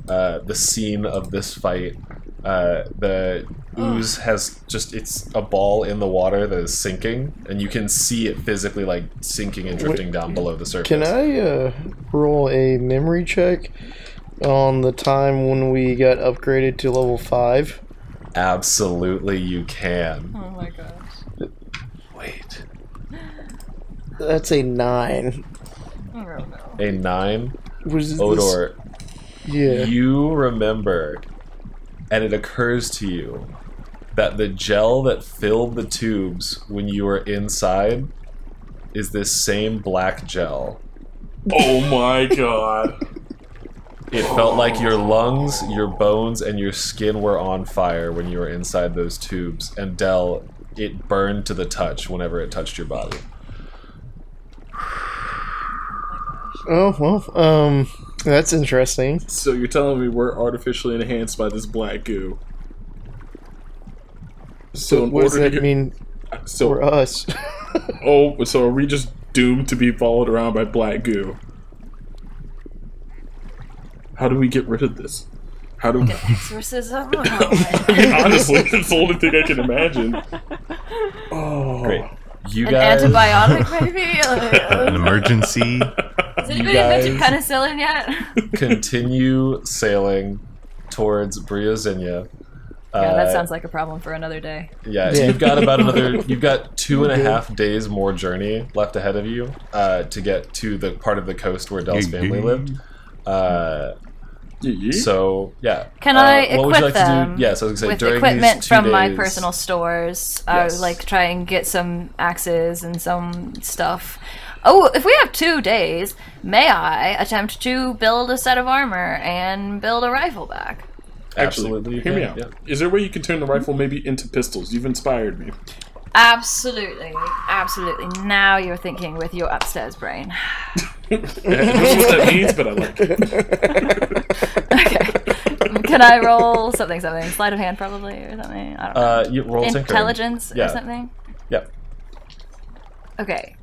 [SPEAKER 1] uh, the scene of this fight. Uh, the ooze has just it's a ball in the water that is sinking and you can see it physically like sinking and drifting down below the surface
[SPEAKER 4] Can I uh, roll a memory check on the time when we got upgraded to level five?
[SPEAKER 1] absolutely you can
[SPEAKER 5] Oh my gosh.
[SPEAKER 3] Wait,
[SPEAKER 4] That's a nine.
[SPEAKER 5] I don't know.
[SPEAKER 1] a nine
[SPEAKER 4] Was this-
[SPEAKER 1] odor
[SPEAKER 4] Yeah.
[SPEAKER 1] you remember and it occurs to you that the gel that filled the tubes when you were inside is this same black gel.
[SPEAKER 2] Oh my god.
[SPEAKER 1] It felt like your lungs, your bones, and your skin were on fire when you were inside those tubes. And Dell, it burned to the touch whenever it touched your body.
[SPEAKER 4] Oh well. Um. That's interesting.
[SPEAKER 2] So you're telling me we're artificially enhanced by this black goo? So in
[SPEAKER 4] What does
[SPEAKER 2] order to
[SPEAKER 4] that
[SPEAKER 2] get,
[SPEAKER 4] mean
[SPEAKER 2] so
[SPEAKER 4] for us?
[SPEAKER 2] oh, so are we just doomed to be followed around by black goo? How do we get rid of this? How do
[SPEAKER 5] Get exorcism. Oh, An
[SPEAKER 2] honestly? That's the only thing I can imagine. Oh,
[SPEAKER 1] Great. You guys.
[SPEAKER 5] antibiotic, maybe? Like,
[SPEAKER 3] An emergency.
[SPEAKER 5] Has anybody mentioned
[SPEAKER 1] guys-
[SPEAKER 5] penicillin yet?
[SPEAKER 1] continue sailing towards Briozinha.
[SPEAKER 5] yeah, that sounds like a problem for another day.
[SPEAKER 1] Yeah,
[SPEAKER 4] Yeah.
[SPEAKER 1] you've got about another. You've got two and a half days more journey left ahead of you uh, to get to the part of the coast where Dell's family lived. Uh, so yeah.
[SPEAKER 5] Can
[SPEAKER 1] Uh,
[SPEAKER 5] I
[SPEAKER 1] what
[SPEAKER 5] equip
[SPEAKER 1] would you like
[SPEAKER 5] them
[SPEAKER 1] to do? Yes, I was gonna say
[SPEAKER 5] with
[SPEAKER 1] during
[SPEAKER 5] equipment
[SPEAKER 1] these two
[SPEAKER 5] from my
[SPEAKER 1] days-
[SPEAKER 5] personal stores? I
[SPEAKER 1] Yes.
[SPEAKER 5] would like try and get some axes and some stuff. Oh, if we have two days, may I attempt to build a set of armor and build a rifle back?
[SPEAKER 1] Absolutely, you
[SPEAKER 2] Hear me
[SPEAKER 1] can,
[SPEAKER 2] out.
[SPEAKER 1] yeah.
[SPEAKER 2] Is there a way you can turn the rifle maybe into pistols? You've inspired me.
[SPEAKER 5] Absolutely, absolutely. Now you're thinking with your upstairs brain.
[SPEAKER 2] I don't know what that means, but I like it.
[SPEAKER 5] Okay. Can I roll something, something? Sleight of hand, probably, or something? I don't know.
[SPEAKER 1] Uh, you roll tinkering.
[SPEAKER 5] Intelligence
[SPEAKER 1] Yeah.
[SPEAKER 5] or something?
[SPEAKER 1] Yeah.
[SPEAKER 5] Okay.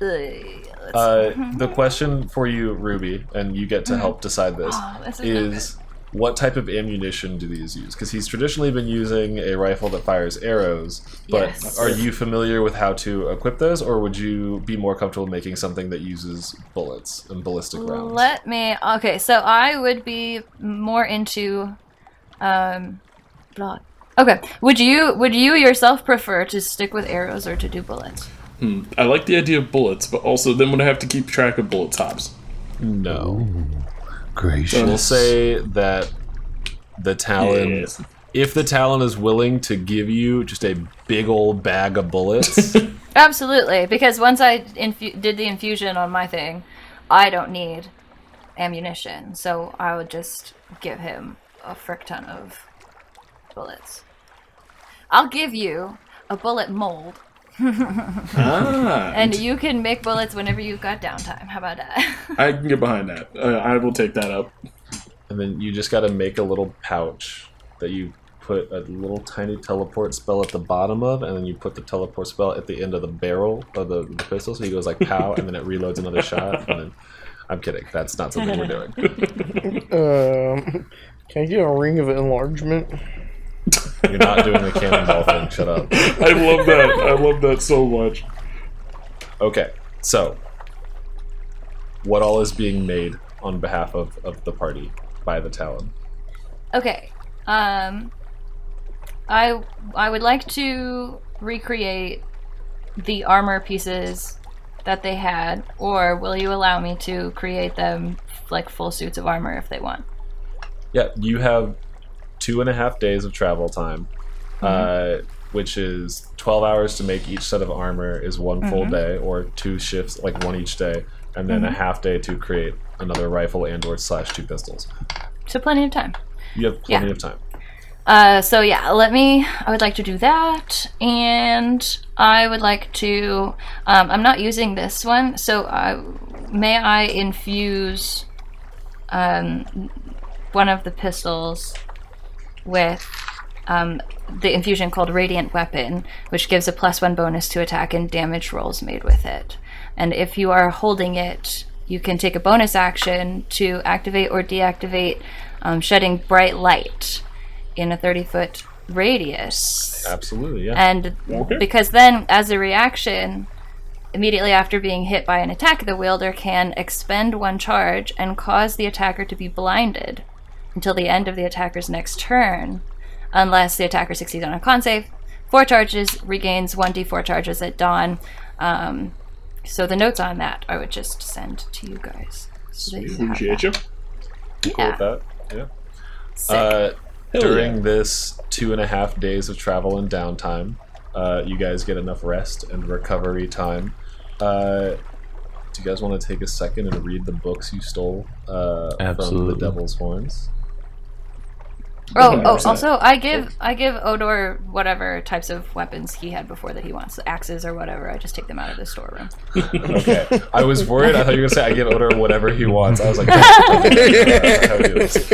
[SPEAKER 5] Uh, let's- Mm-hmm.
[SPEAKER 1] Uh, the question for you, Ruby, and you get to help decide this,
[SPEAKER 5] Oh, this is
[SPEAKER 1] is what type of ammunition do these use? Because he's traditionally been using a rifle that fires arrows, but
[SPEAKER 5] Yes.
[SPEAKER 1] are you familiar with how to equip those, or would you be more comfortable making something that uses bullets and ballistic rounds?
[SPEAKER 5] Let me. Okay, so I would be more into, um, block. Okay, would you would you yourself prefer to stick with arrows or to do bullets?
[SPEAKER 2] I like the idea of bullets, but also then would I have to keep track of bullet tops?
[SPEAKER 1] no.
[SPEAKER 3] Gracious.
[SPEAKER 1] We'll say that the Talon,
[SPEAKER 2] Yes.
[SPEAKER 1] if the Talon is willing to give you just a big old bag of bullets,
[SPEAKER 5] Absolutely, because once I infu- did the infusion on my thing, I don't need ammunition, so I would just give him a frick ton of bullets. I'll give you a bullet mold,
[SPEAKER 2] Ah,
[SPEAKER 5] and you can make bullets whenever you've got downtime. How about that?
[SPEAKER 2] I can get behind that. Uh, I will take that up.
[SPEAKER 1] and then you just got to make a little pouch that you put a little tiny teleport spell at the bottom of, and then you put the teleport spell at the end of the barrel of the, the pistol, so he goes like pow, and then it reloads another shot. And then, I'm kidding. That's not something we're doing.
[SPEAKER 4] Um, can I get a ring of enlargement?
[SPEAKER 1] You're not doing the cannonball thing. Shut up.
[SPEAKER 2] I love that. I love that so much.
[SPEAKER 1] Okay, so what all is being made on behalf of, of the party by the Talon?
[SPEAKER 5] Okay. Um I I would like to recreate the armor pieces that they had or will you allow me to create them like full suits of armor if they want?
[SPEAKER 1] Yeah, you have two and a half days of travel time,
[SPEAKER 5] Mm-hmm.
[SPEAKER 1] uh, which is 12 hours to make each set of armor, is one
[SPEAKER 5] Mm-hmm.
[SPEAKER 1] full day, or two shifts, like one each day, and then a half day to create another rifle and or slash two pistols.
[SPEAKER 5] So plenty of time.
[SPEAKER 1] You have plenty
[SPEAKER 5] Yeah.
[SPEAKER 1] of time.
[SPEAKER 5] Uh so yeah, let me I would like to do that and I would like to um I'm not using this one, so I may I infuse um one of the pistols with um, the infusion called Radiant Weapon, which gives a plus one bonus to attack and damage rolls made with it. And if you are holding it, you can take a bonus action to activate or deactivate, um, shedding bright light in a 30 foot radius.
[SPEAKER 1] Absolutely, yeah.
[SPEAKER 5] And because then, as a reaction, immediately after being hit by an attack, the wielder can expend one charge and cause the attacker to be blinded until the end of the attacker's next turn, unless the attacker succeeds on a con save. Four charges regains 1d4 charges at dawn. Um, so the notes on that I would just send to you guys. So that you have
[SPEAKER 2] Appreciate
[SPEAKER 5] that.
[SPEAKER 2] you.
[SPEAKER 1] You cool with that? Yeah.
[SPEAKER 5] Sick.
[SPEAKER 1] Uh,
[SPEAKER 2] yeah.
[SPEAKER 1] during this two and a half days of travel and downtime, uh, you guys get enough rest and recovery time. Uh, do you guys want to take a second and read the books you stole uh, from the
[SPEAKER 3] Absolutely.
[SPEAKER 1] Devil's Horns?
[SPEAKER 5] Oh, oh
[SPEAKER 2] 100%.
[SPEAKER 5] also I give I give Odor whatever types of weapons he had before that he wants. Axes or whatever. I just take them out of the storeroom.
[SPEAKER 1] Okay. I was worried. I thought you were going to say, I give Odor whatever he wants. I was like, how do you do this?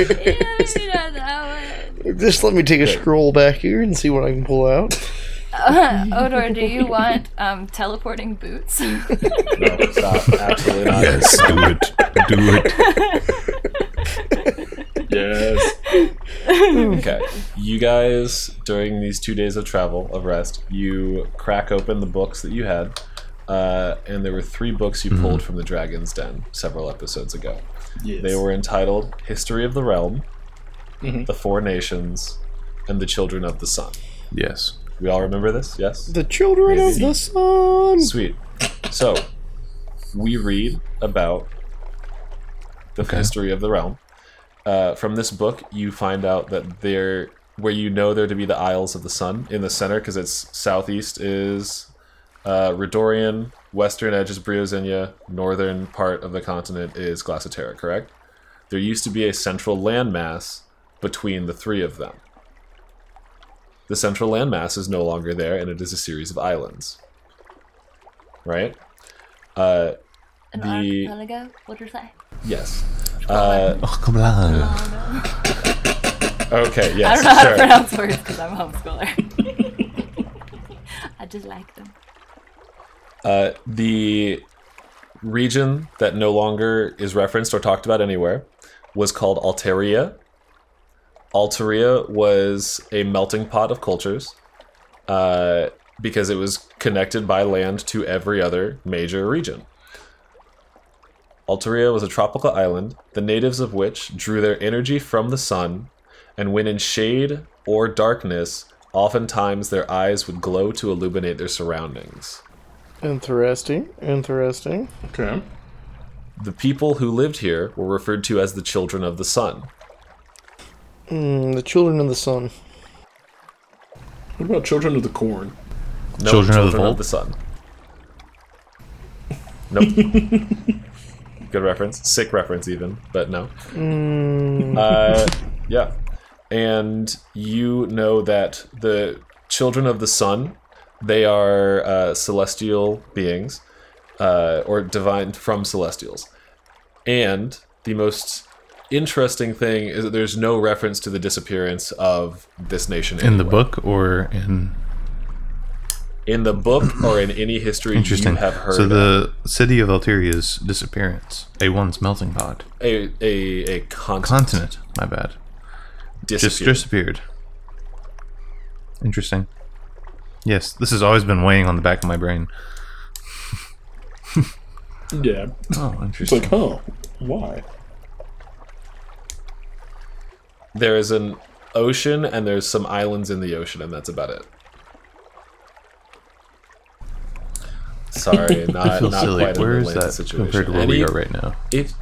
[SPEAKER 4] Just let me take a scroll back here and see what I can pull out.
[SPEAKER 5] Odor, do you want um, teleporting boots?
[SPEAKER 1] no, stop. Absolutely not.
[SPEAKER 3] Yes, do it. Do it.
[SPEAKER 1] guys, during these two days of travel, of rest, you crack open the books that you had. Uh, and there were three books you pulled from the Dragon's Den several episodes ago.
[SPEAKER 2] Yes.
[SPEAKER 1] They were entitled History of the Realm,
[SPEAKER 2] Mhm.
[SPEAKER 1] The Four Nations, and The Children of the Sun.
[SPEAKER 3] Yes.
[SPEAKER 1] We all remember this, yes?
[SPEAKER 4] The children of the sun.
[SPEAKER 1] Sweet. So, we read about the history of the realm. Uh, from this book, you find out that there, where you know there to be the Isles of the Sun in the center, because it's southeast is uh, Redorian, western edge is Briozinia, northern part of the continent is Glaciterra, correct? There used to be a central landmass between the three of them. The central landmass is no longer there, and it is a series of islands. Right? Uh,
[SPEAKER 5] An
[SPEAKER 1] The-
[SPEAKER 5] archipelago? What did I say?
[SPEAKER 1] yes. Uh,
[SPEAKER 3] Oh, come on.
[SPEAKER 1] okay,
[SPEAKER 5] I
[SPEAKER 1] yes,
[SPEAKER 5] don't know how
[SPEAKER 1] sure.
[SPEAKER 5] to pronounce words because I'm a homeschooler. I just like them.
[SPEAKER 1] Uh, the region that no longer is referenced or talked about anywhere was called Alteria. Alteria was a melting pot of cultures uh, because it was connected by land to every other major region. Alteria was a tropical island, the natives of which drew their energy from the sun, and when in shade or darkness, oftentimes their eyes would glow to illuminate their surroundings.
[SPEAKER 4] Interesting. Interesting.
[SPEAKER 2] okay.
[SPEAKER 1] The people who lived here were referred to as the children of the sun.
[SPEAKER 4] Mm, the children of the sun.
[SPEAKER 2] What about Children of the Corn?
[SPEAKER 1] No
[SPEAKER 3] Children of the Vault?
[SPEAKER 1] sun. Nope. Good reference. Sick reference, even, but no. Uh, yeah. And you know that the children of the sun, they are uh, celestial beings, uh, or divine from celestials. And the most interesting thing is that there's no reference to the disappearance of this nation
[SPEAKER 3] In the
[SPEAKER 1] anywhere
[SPEAKER 3] book or in
[SPEAKER 1] in the book or in any history you
[SPEAKER 3] interesting?
[SPEAKER 1] have heard
[SPEAKER 3] so the city of Alteria's disappearance, a once melting pot,
[SPEAKER 1] of. a a a constant,
[SPEAKER 3] continent. My bad. Just
[SPEAKER 1] disappeared.
[SPEAKER 3] disappeared. Interesting. Yes, this has always been weighing on the back of my brain.
[SPEAKER 2] Yeah.
[SPEAKER 3] Oh,
[SPEAKER 2] It's
[SPEAKER 3] interesting.
[SPEAKER 2] like, huh? Why?
[SPEAKER 1] there is an ocean and there's some islands in the ocean and that's about it sorry not,
[SPEAKER 3] I feel
[SPEAKER 1] not
[SPEAKER 3] silly.
[SPEAKER 1] quite an
[SPEAKER 3] Where is
[SPEAKER 1] Atlanta
[SPEAKER 3] that
[SPEAKER 1] situation
[SPEAKER 3] compared to where
[SPEAKER 1] Any-
[SPEAKER 3] we are right now?
[SPEAKER 1] it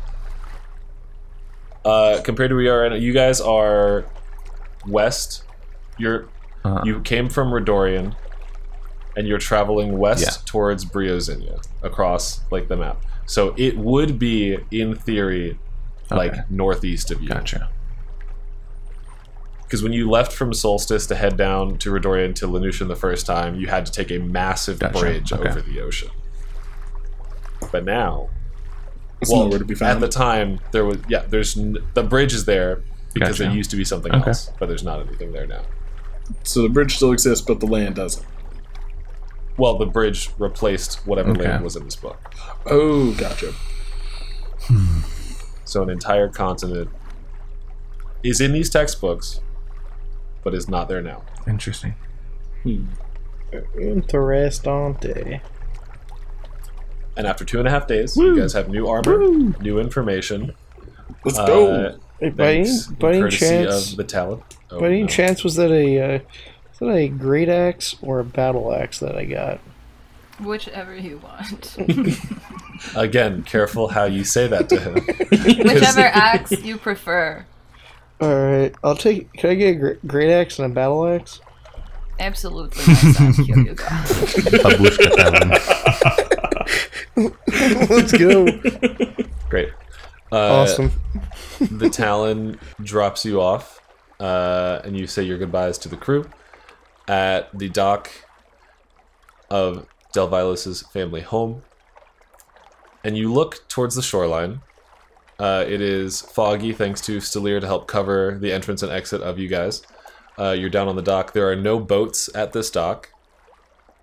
[SPEAKER 1] uh compared to where we are right now you guys are west you're
[SPEAKER 3] Uh-huh.
[SPEAKER 1] you came from Redorian and you're traveling west
[SPEAKER 3] Yeah.
[SPEAKER 1] towards Briozinia across like the map so it would be in theory like
[SPEAKER 3] Okay.
[SPEAKER 1] northeast of you
[SPEAKER 3] Gotcha.
[SPEAKER 1] because when you left from Solstice to head down to Redorian to Lanushan the first time, you had to take a massive
[SPEAKER 3] Gotcha.
[SPEAKER 1] bridge
[SPEAKER 3] Okay.
[SPEAKER 1] over the ocean. But now,
[SPEAKER 2] It's
[SPEAKER 1] well,
[SPEAKER 2] nowhere to be
[SPEAKER 1] at
[SPEAKER 2] found.
[SPEAKER 1] the time there was yeah, there's n- the bridge is there because
[SPEAKER 3] Gotcha.
[SPEAKER 1] there used to be something
[SPEAKER 3] Okay.
[SPEAKER 1] else, but there's not anything there now.
[SPEAKER 2] so the bridge still exists, but the land doesn't.
[SPEAKER 1] Well, the bridge replaced whatever
[SPEAKER 3] Okay.
[SPEAKER 1] land was in this book,
[SPEAKER 2] Oh, gotcha.
[SPEAKER 1] so an entire continent is in these textbooks, but is not there now.
[SPEAKER 3] Interesting.
[SPEAKER 4] Interesting.
[SPEAKER 1] And after two and a half days, you guys have new armor, new information.
[SPEAKER 2] Let's
[SPEAKER 1] uh,
[SPEAKER 2] go.
[SPEAKER 4] Hey, Oh, by any,
[SPEAKER 1] Thanks,
[SPEAKER 4] by any
[SPEAKER 1] courtesy
[SPEAKER 4] chance,
[SPEAKER 1] of the talent. Oh,
[SPEAKER 4] by any
[SPEAKER 1] no.
[SPEAKER 4] chance, was that a uh, was that a great axe or a battle axe that I got?
[SPEAKER 5] Whichever you want.
[SPEAKER 1] Again, careful how you say that to him.
[SPEAKER 5] Whichever axe you prefer.
[SPEAKER 4] All right, I'll take. Can I get a gr- great axe and a battle axe?
[SPEAKER 5] Absolutely. my son, Here you go.
[SPEAKER 3] Babushka Talon.
[SPEAKER 4] Let's go.
[SPEAKER 1] Uh, Great. Uh,
[SPEAKER 4] awesome.
[SPEAKER 1] the Talon drops you off, uh, and you say your goodbyes to the crew at the dock of Delvilus's family home. And you look towards the shoreline. Uh, it is foggy, thanks to Stelir to help cover the entrance and exit of you guys. Uh, you're down on the dock. There are no boats at this dock.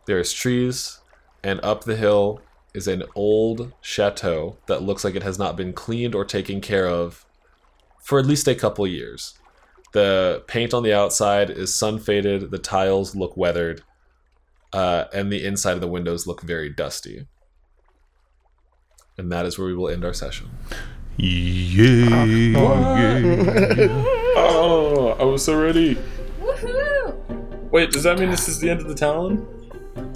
[SPEAKER 1] There's trees, and up the hill is an old chateau that looks like it has not been cleaned or taken care of for at least a couple years. The paint on the outside is sun faded, the tiles look weathered, uh, and the inside of the windows look very dusty. And that is where we will end our session.
[SPEAKER 3] Yeah, Oh, yeah.
[SPEAKER 2] Oh, I was so ready.
[SPEAKER 5] Woohoo!
[SPEAKER 2] Wait, does that mean this is the end of the Talon?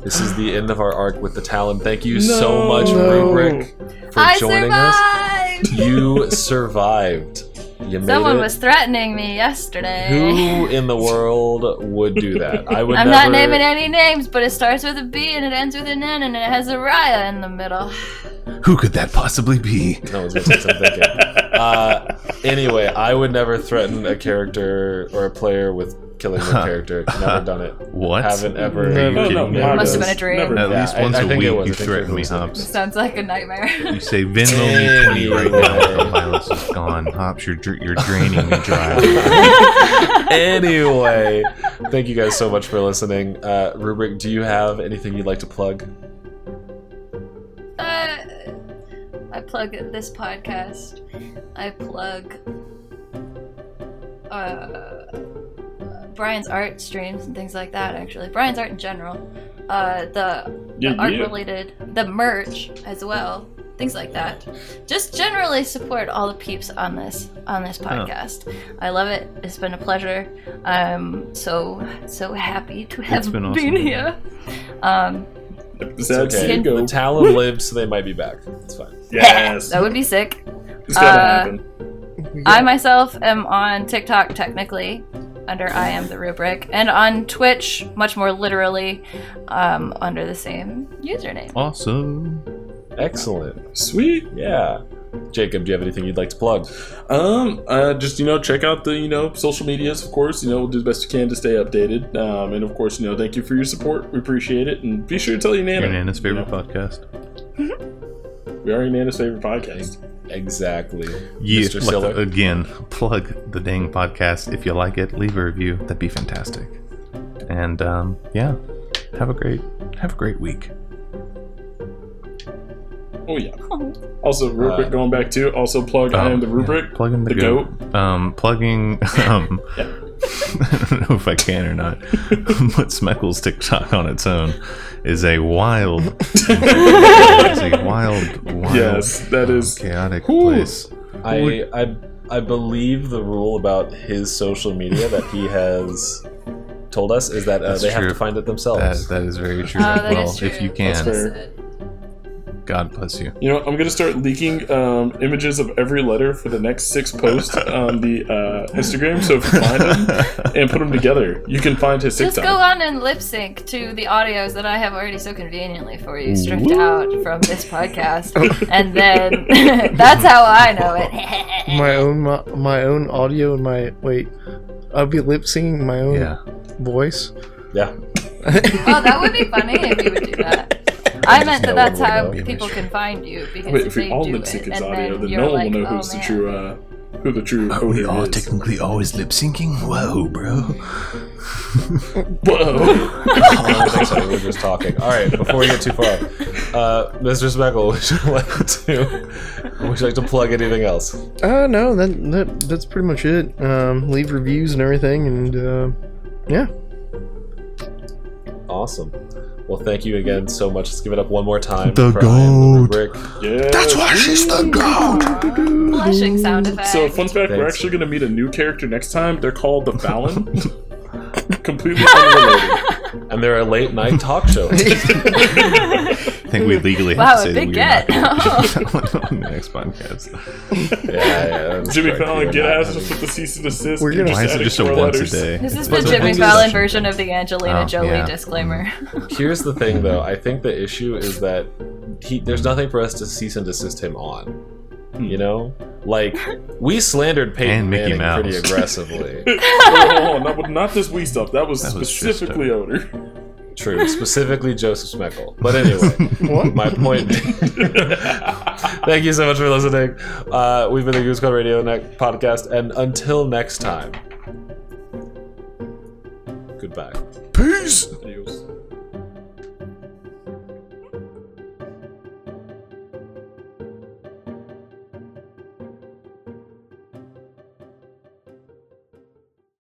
[SPEAKER 1] This is the end of our arc with the Talon. Thank you so much,
[SPEAKER 4] No.
[SPEAKER 1] Rubric, for
[SPEAKER 5] I
[SPEAKER 1] joining us.
[SPEAKER 5] survived.
[SPEAKER 1] You survived. You made
[SPEAKER 5] Someone
[SPEAKER 1] it.
[SPEAKER 5] was threatening me yesterday.
[SPEAKER 1] Who in the world would do that? I would
[SPEAKER 5] I'm
[SPEAKER 1] never.
[SPEAKER 5] not naming any names, but it starts with a B and it ends with an N and it has a Raya in the middle.
[SPEAKER 3] Who could that possibly be?
[SPEAKER 1] No one's gonna take thinking. Uh, anyway, I would never threaten a character or a player with killing their character. Never done it.
[SPEAKER 3] What?
[SPEAKER 1] Haven't ever.
[SPEAKER 4] No, no,
[SPEAKER 2] Oh, no,
[SPEAKER 1] me?
[SPEAKER 2] Mara
[SPEAKER 5] Must have
[SPEAKER 2] does.
[SPEAKER 5] been a dream.
[SPEAKER 2] Never.
[SPEAKER 3] At
[SPEAKER 1] Yeah,
[SPEAKER 3] least
[SPEAKER 1] I-
[SPEAKER 3] once
[SPEAKER 1] I
[SPEAKER 3] a
[SPEAKER 1] think it
[SPEAKER 3] week,
[SPEAKER 1] was. I
[SPEAKER 3] you
[SPEAKER 1] think
[SPEAKER 3] threaten
[SPEAKER 1] it
[SPEAKER 3] me,
[SPEAKER 1] was.
[SPEAKER 3] Hops.
[SPEAKER 5] Sounds like a nightmare.
[SPEAKER 3] You say Venmo me twenty right now.
[SPEAKER 1] Anyway.
[SPEAKER 3] The violence is gone. Hops, you're dr- you're draining me dry.
[SPEAKER 1] Anyway, thank you guys so much for listening. Uh, Rubric, do you have anything you'd like to plug?
[SPEAKER 5] uh, I plug this podcast. I plug uh, Brian's art streams and things like that. Actually, Brian's art in general. Uh, the
[SPEAKER 2] Yeah,
[SPEAKER 5] art
[SPEAKER 2] yeah.
[SPEAKER 5] related, the merch as well, things like that. Just generally support all the peeps on this on this podcast. I love it. It's been a pleasure. I'm so so happy to have
[SPEAKER 3] been
[SPEAKER 5] been,
[SPEAKER 3] awesome.
[SPEAKER 5] here. Um,
[SPEAKER 2] Is that
[SPEAKER 1] okay.
[SPEAKER 2] Singo?
[SPEAKER 1] The Talon lived, so they might be back. It's fine.
[SPEAKER 2] Yes.
[SPEAKER 5] that would be sick.
[SPEAKER 2] It's gotta
[SPEAKER 5] uh,
[SPEAKER 2] happen.
[SPEAKER 5] I myself am on TikTok technically under I am the rubric and on Twitch much more literally um, under the same username.
[SPEAKER 3] awesome.
[SPEAKER 1] Excellent.
[SPEAKER 2] Sweet.
[SPEAKER 1] Yeah. Jacob, do you have anything you'd like to plug?
[SPEAKER 2] Um, uh, just you know, check out the you know social medias, of course. You know, we'll do the best we can to stay updated. Um, and of course, you know, thank you for your support. We appreciate it, and be sure to tell your nana.
[SPEAKER 3] Your Nana's favorite
[SPEAKER 2] You know,
[SPEAKER 3] podcast.
[SPEAKER 2] we are your nana's favorite podcast.
[SPEAKER 1] Exactly.
[SPEAKER 3] Yeah,
[SPEAKER 1] Mr.
[SPEAKER 3] like,
[SPEAKER 1] Siller.
[SPEAKER 3] again, plug the dang podcast. If you like it, leave a review. That'd be fantastic. And um, yeah, have a great have a great week.
[SPEAKER 2] Oh yeah. Also, real
[SPEAKER 1] Uh,
[SPEAKER 2] quick, going back to also plug I am the
[SPEAKER 3] Um,
[SPEAKER 2] rubric.
[SPEAKER 3] yeah, plugging the,
[SPEAKER 2] the
[SPEAKER 3] goat. Um, plugging. Um, I don't know if I can or not, but Smeckle's TikTok on its own is a wild, it's a wild, wild,
[SPEAKER 2] Yes, that
[SPEAKER 3] um,
[SPEAKER 2] is-
[SPEAKER 3] chaotic
[SPEAKER 2] Whew.
[SPEAKER 3] place.
[SPEAKER 1] I, I I believe the rule about his social media that he has told us is that uh,
[SPEAKER 3] That's
[SPEAKER 1] they have
[SPEAKER 3] true.
[SPEAKER 1] to find it
[SPEAKER 3] That
[SPEAKER 1] themselves.
[SPEAKER 3] that is very true.
[SPEAKER 5] Oh, that
[SPEAKER 3] well,
[SPEAKER 5] is
[SPEAKER 3] if
[SPEAKER 5] true.
[SPEAKER 3] you
[SPEAKER 2] That's
[SPEAKER 3] can,
[SPEAKER 2] fair.
[SPEAKER 3] God bless you.
[SPEAKER 2] You know, I'm gonna start leaking um, images of every letter for the next six posts on the uh, Instagram. So if you find them and put them together, you can find his
[SPEAKER 5] Just
[SPEAKER 2] TikTok.
[SPEAKER 5] go on and lip sync to the audios that I have already so conveniently for you stripped out from this podcast, and then that's how I know it.
[SPEAKER 4] my own my, my own audio and my wait. I'll be lip singing my own
[SPEAKER 3] Yeah.
[SPEAKER 4] voice.
[SPEAKER 1] yeah.
[SPEAKER 5] oh, that would be funny if you would do that. I meant
[SPEAKER 1] know
[SPEAKER 5] that that's
[SPEAKER 1] one way
[SPEAKER 5] how
[SPEAKER 1] to
[SPEAKER 5] people can find you because
[SPEAKER 2] Wait, if
[SPEAKER 5] they
[SPEAKER 2] we all
[SPEAKER 5] do
[SPEAKER 2] lip
[SPEAKER 5] it,
[SPEAKER 2] sync
[SPEAKER 5] and
[SPEAKER 2] his audio,
[SPEAKER 5] then
[SPEAKER 2] then
[SPEAKER 5] you're
[SPEAKER 2] no one
[SPEAKER 5] like,
[SPEAKER 2] will know
[SPEAKER 5] oh,
[SPEAKER 2] who's the
[SPEAKER 5] man.
[SPEAKER 2] true uh, who the true
[SPEAKER 3] Aren't we
[SPEAKER 2] owner
[SPEAKER 3] all
[SPEAKER 2] oh, is.
[SPEAKER 3] technically always lip syncing? Whoa, bro.
[SPEAKER 2] Whoa!
[SPEAKER 1] Oh, thanks, honey, we We're just talking. All right. Before we get too far, uh, Mr. Speckle, would you like to would you like to plug anything else?
[SPEAKER 4] Uh no, that, that that's pretty much it. Um, leave reviews and everything, and uh, yeah.
[SPEAKER 1] Awesome. Well, thank you again so much. Let's give it up one more time.
[SPEAKER 3] The
[SPEAKER 1] for I Am
[SPEAKER 3] goat.
[SPEAKER 1] Rubric.
[SPEAKER 2] yeah.
[SPEAKER 3] why she's the goat.
[SPEAKER 5] Blushing sound effect.
[SPEAKER 2] So, fun fact: we're
[SPEAKER 1] Thanks.
[SPEAKER 2] actually gonna meet a new character next time. They're called the Fallon. Completely unrelated.
[SPEAKER 1] And they're a late night talk show.
[SPEAKER 3] I think we legally
[SPEAKER 5] Wow,
[SPEAKER 3] have
[SPEAKER 5] a
[SPEAKER 3] to say that
[SPEAKER 5] big
[SPEAKER 3] we're
[SPEAKER 5] get.
[SPEAKER 3] not gonna on the next podcast.
[SPEAKER 1] yeah, yeah, that's
[SPEAKER 2] Jimmy
[SPEAKER 1] correct. We
[SPEAKER 2] Fallon,
[SPEAKER 1] are
[SPEAKER 2] get
[SPEAKER 1] not
[SPEAKER 2] ass
[SPEAKER 1] having-
[SPEAKER 2] just with the cease and desist.
[SPEAKER 4] We're
[SPEAKER 2] You're
[SPEAKER 4] gonna-
[SPEAKER 3] Why is it
[SPEAKER 2] adding
[SPEAKER 3] just a
[SPEAKER 2] more
[SPEAKER 3] once a
[SPEAKER 2] letters.
[SPEAKER 3] day?
[SPEAKER 5] this is the
[SPEAKER 1] What's the
[SPEAKER 5] Jimmy
[SPEAKER 1] next
[SPEAKER 5] Fallon
[SPEAKER 1] question?
[SPEAKER 5] version of the Angelina
[SPEAKER 3] Oh,
[SPEAKER 5] Jolie
[SPEAKER 3] yeah.
[SPEAKER 5] disclaimer.
[SPEAKER 1] Here's the thing, though. I think the issue is that he, there's nothing for us to cease and desist him on. You know, like we slandered Peyton
[SPEAKER 3] And Mickey
[SPEAKER 1] Manning pretty
[SPEAKER 3] Mouse.
[SPEAKER 1] aggressively.
[SPEAKER 2] Wait, hold on, not, not this wee stuff. That was
[SPEAKER 3] That was just
[SPEAKER 2] specifically odor.
[SPEAKER 1] True, specifically Joseph Smeckle. But anyway,
[SPEAKER 4] What?
[SPEAKER 1] my point. Thank you so much for listening. Uh, we've been the Goose Squad Radio ne- podcast, and until next time, goodbye.
[SPEAKER 3] Peace.
[SPEAKER 2] Adios.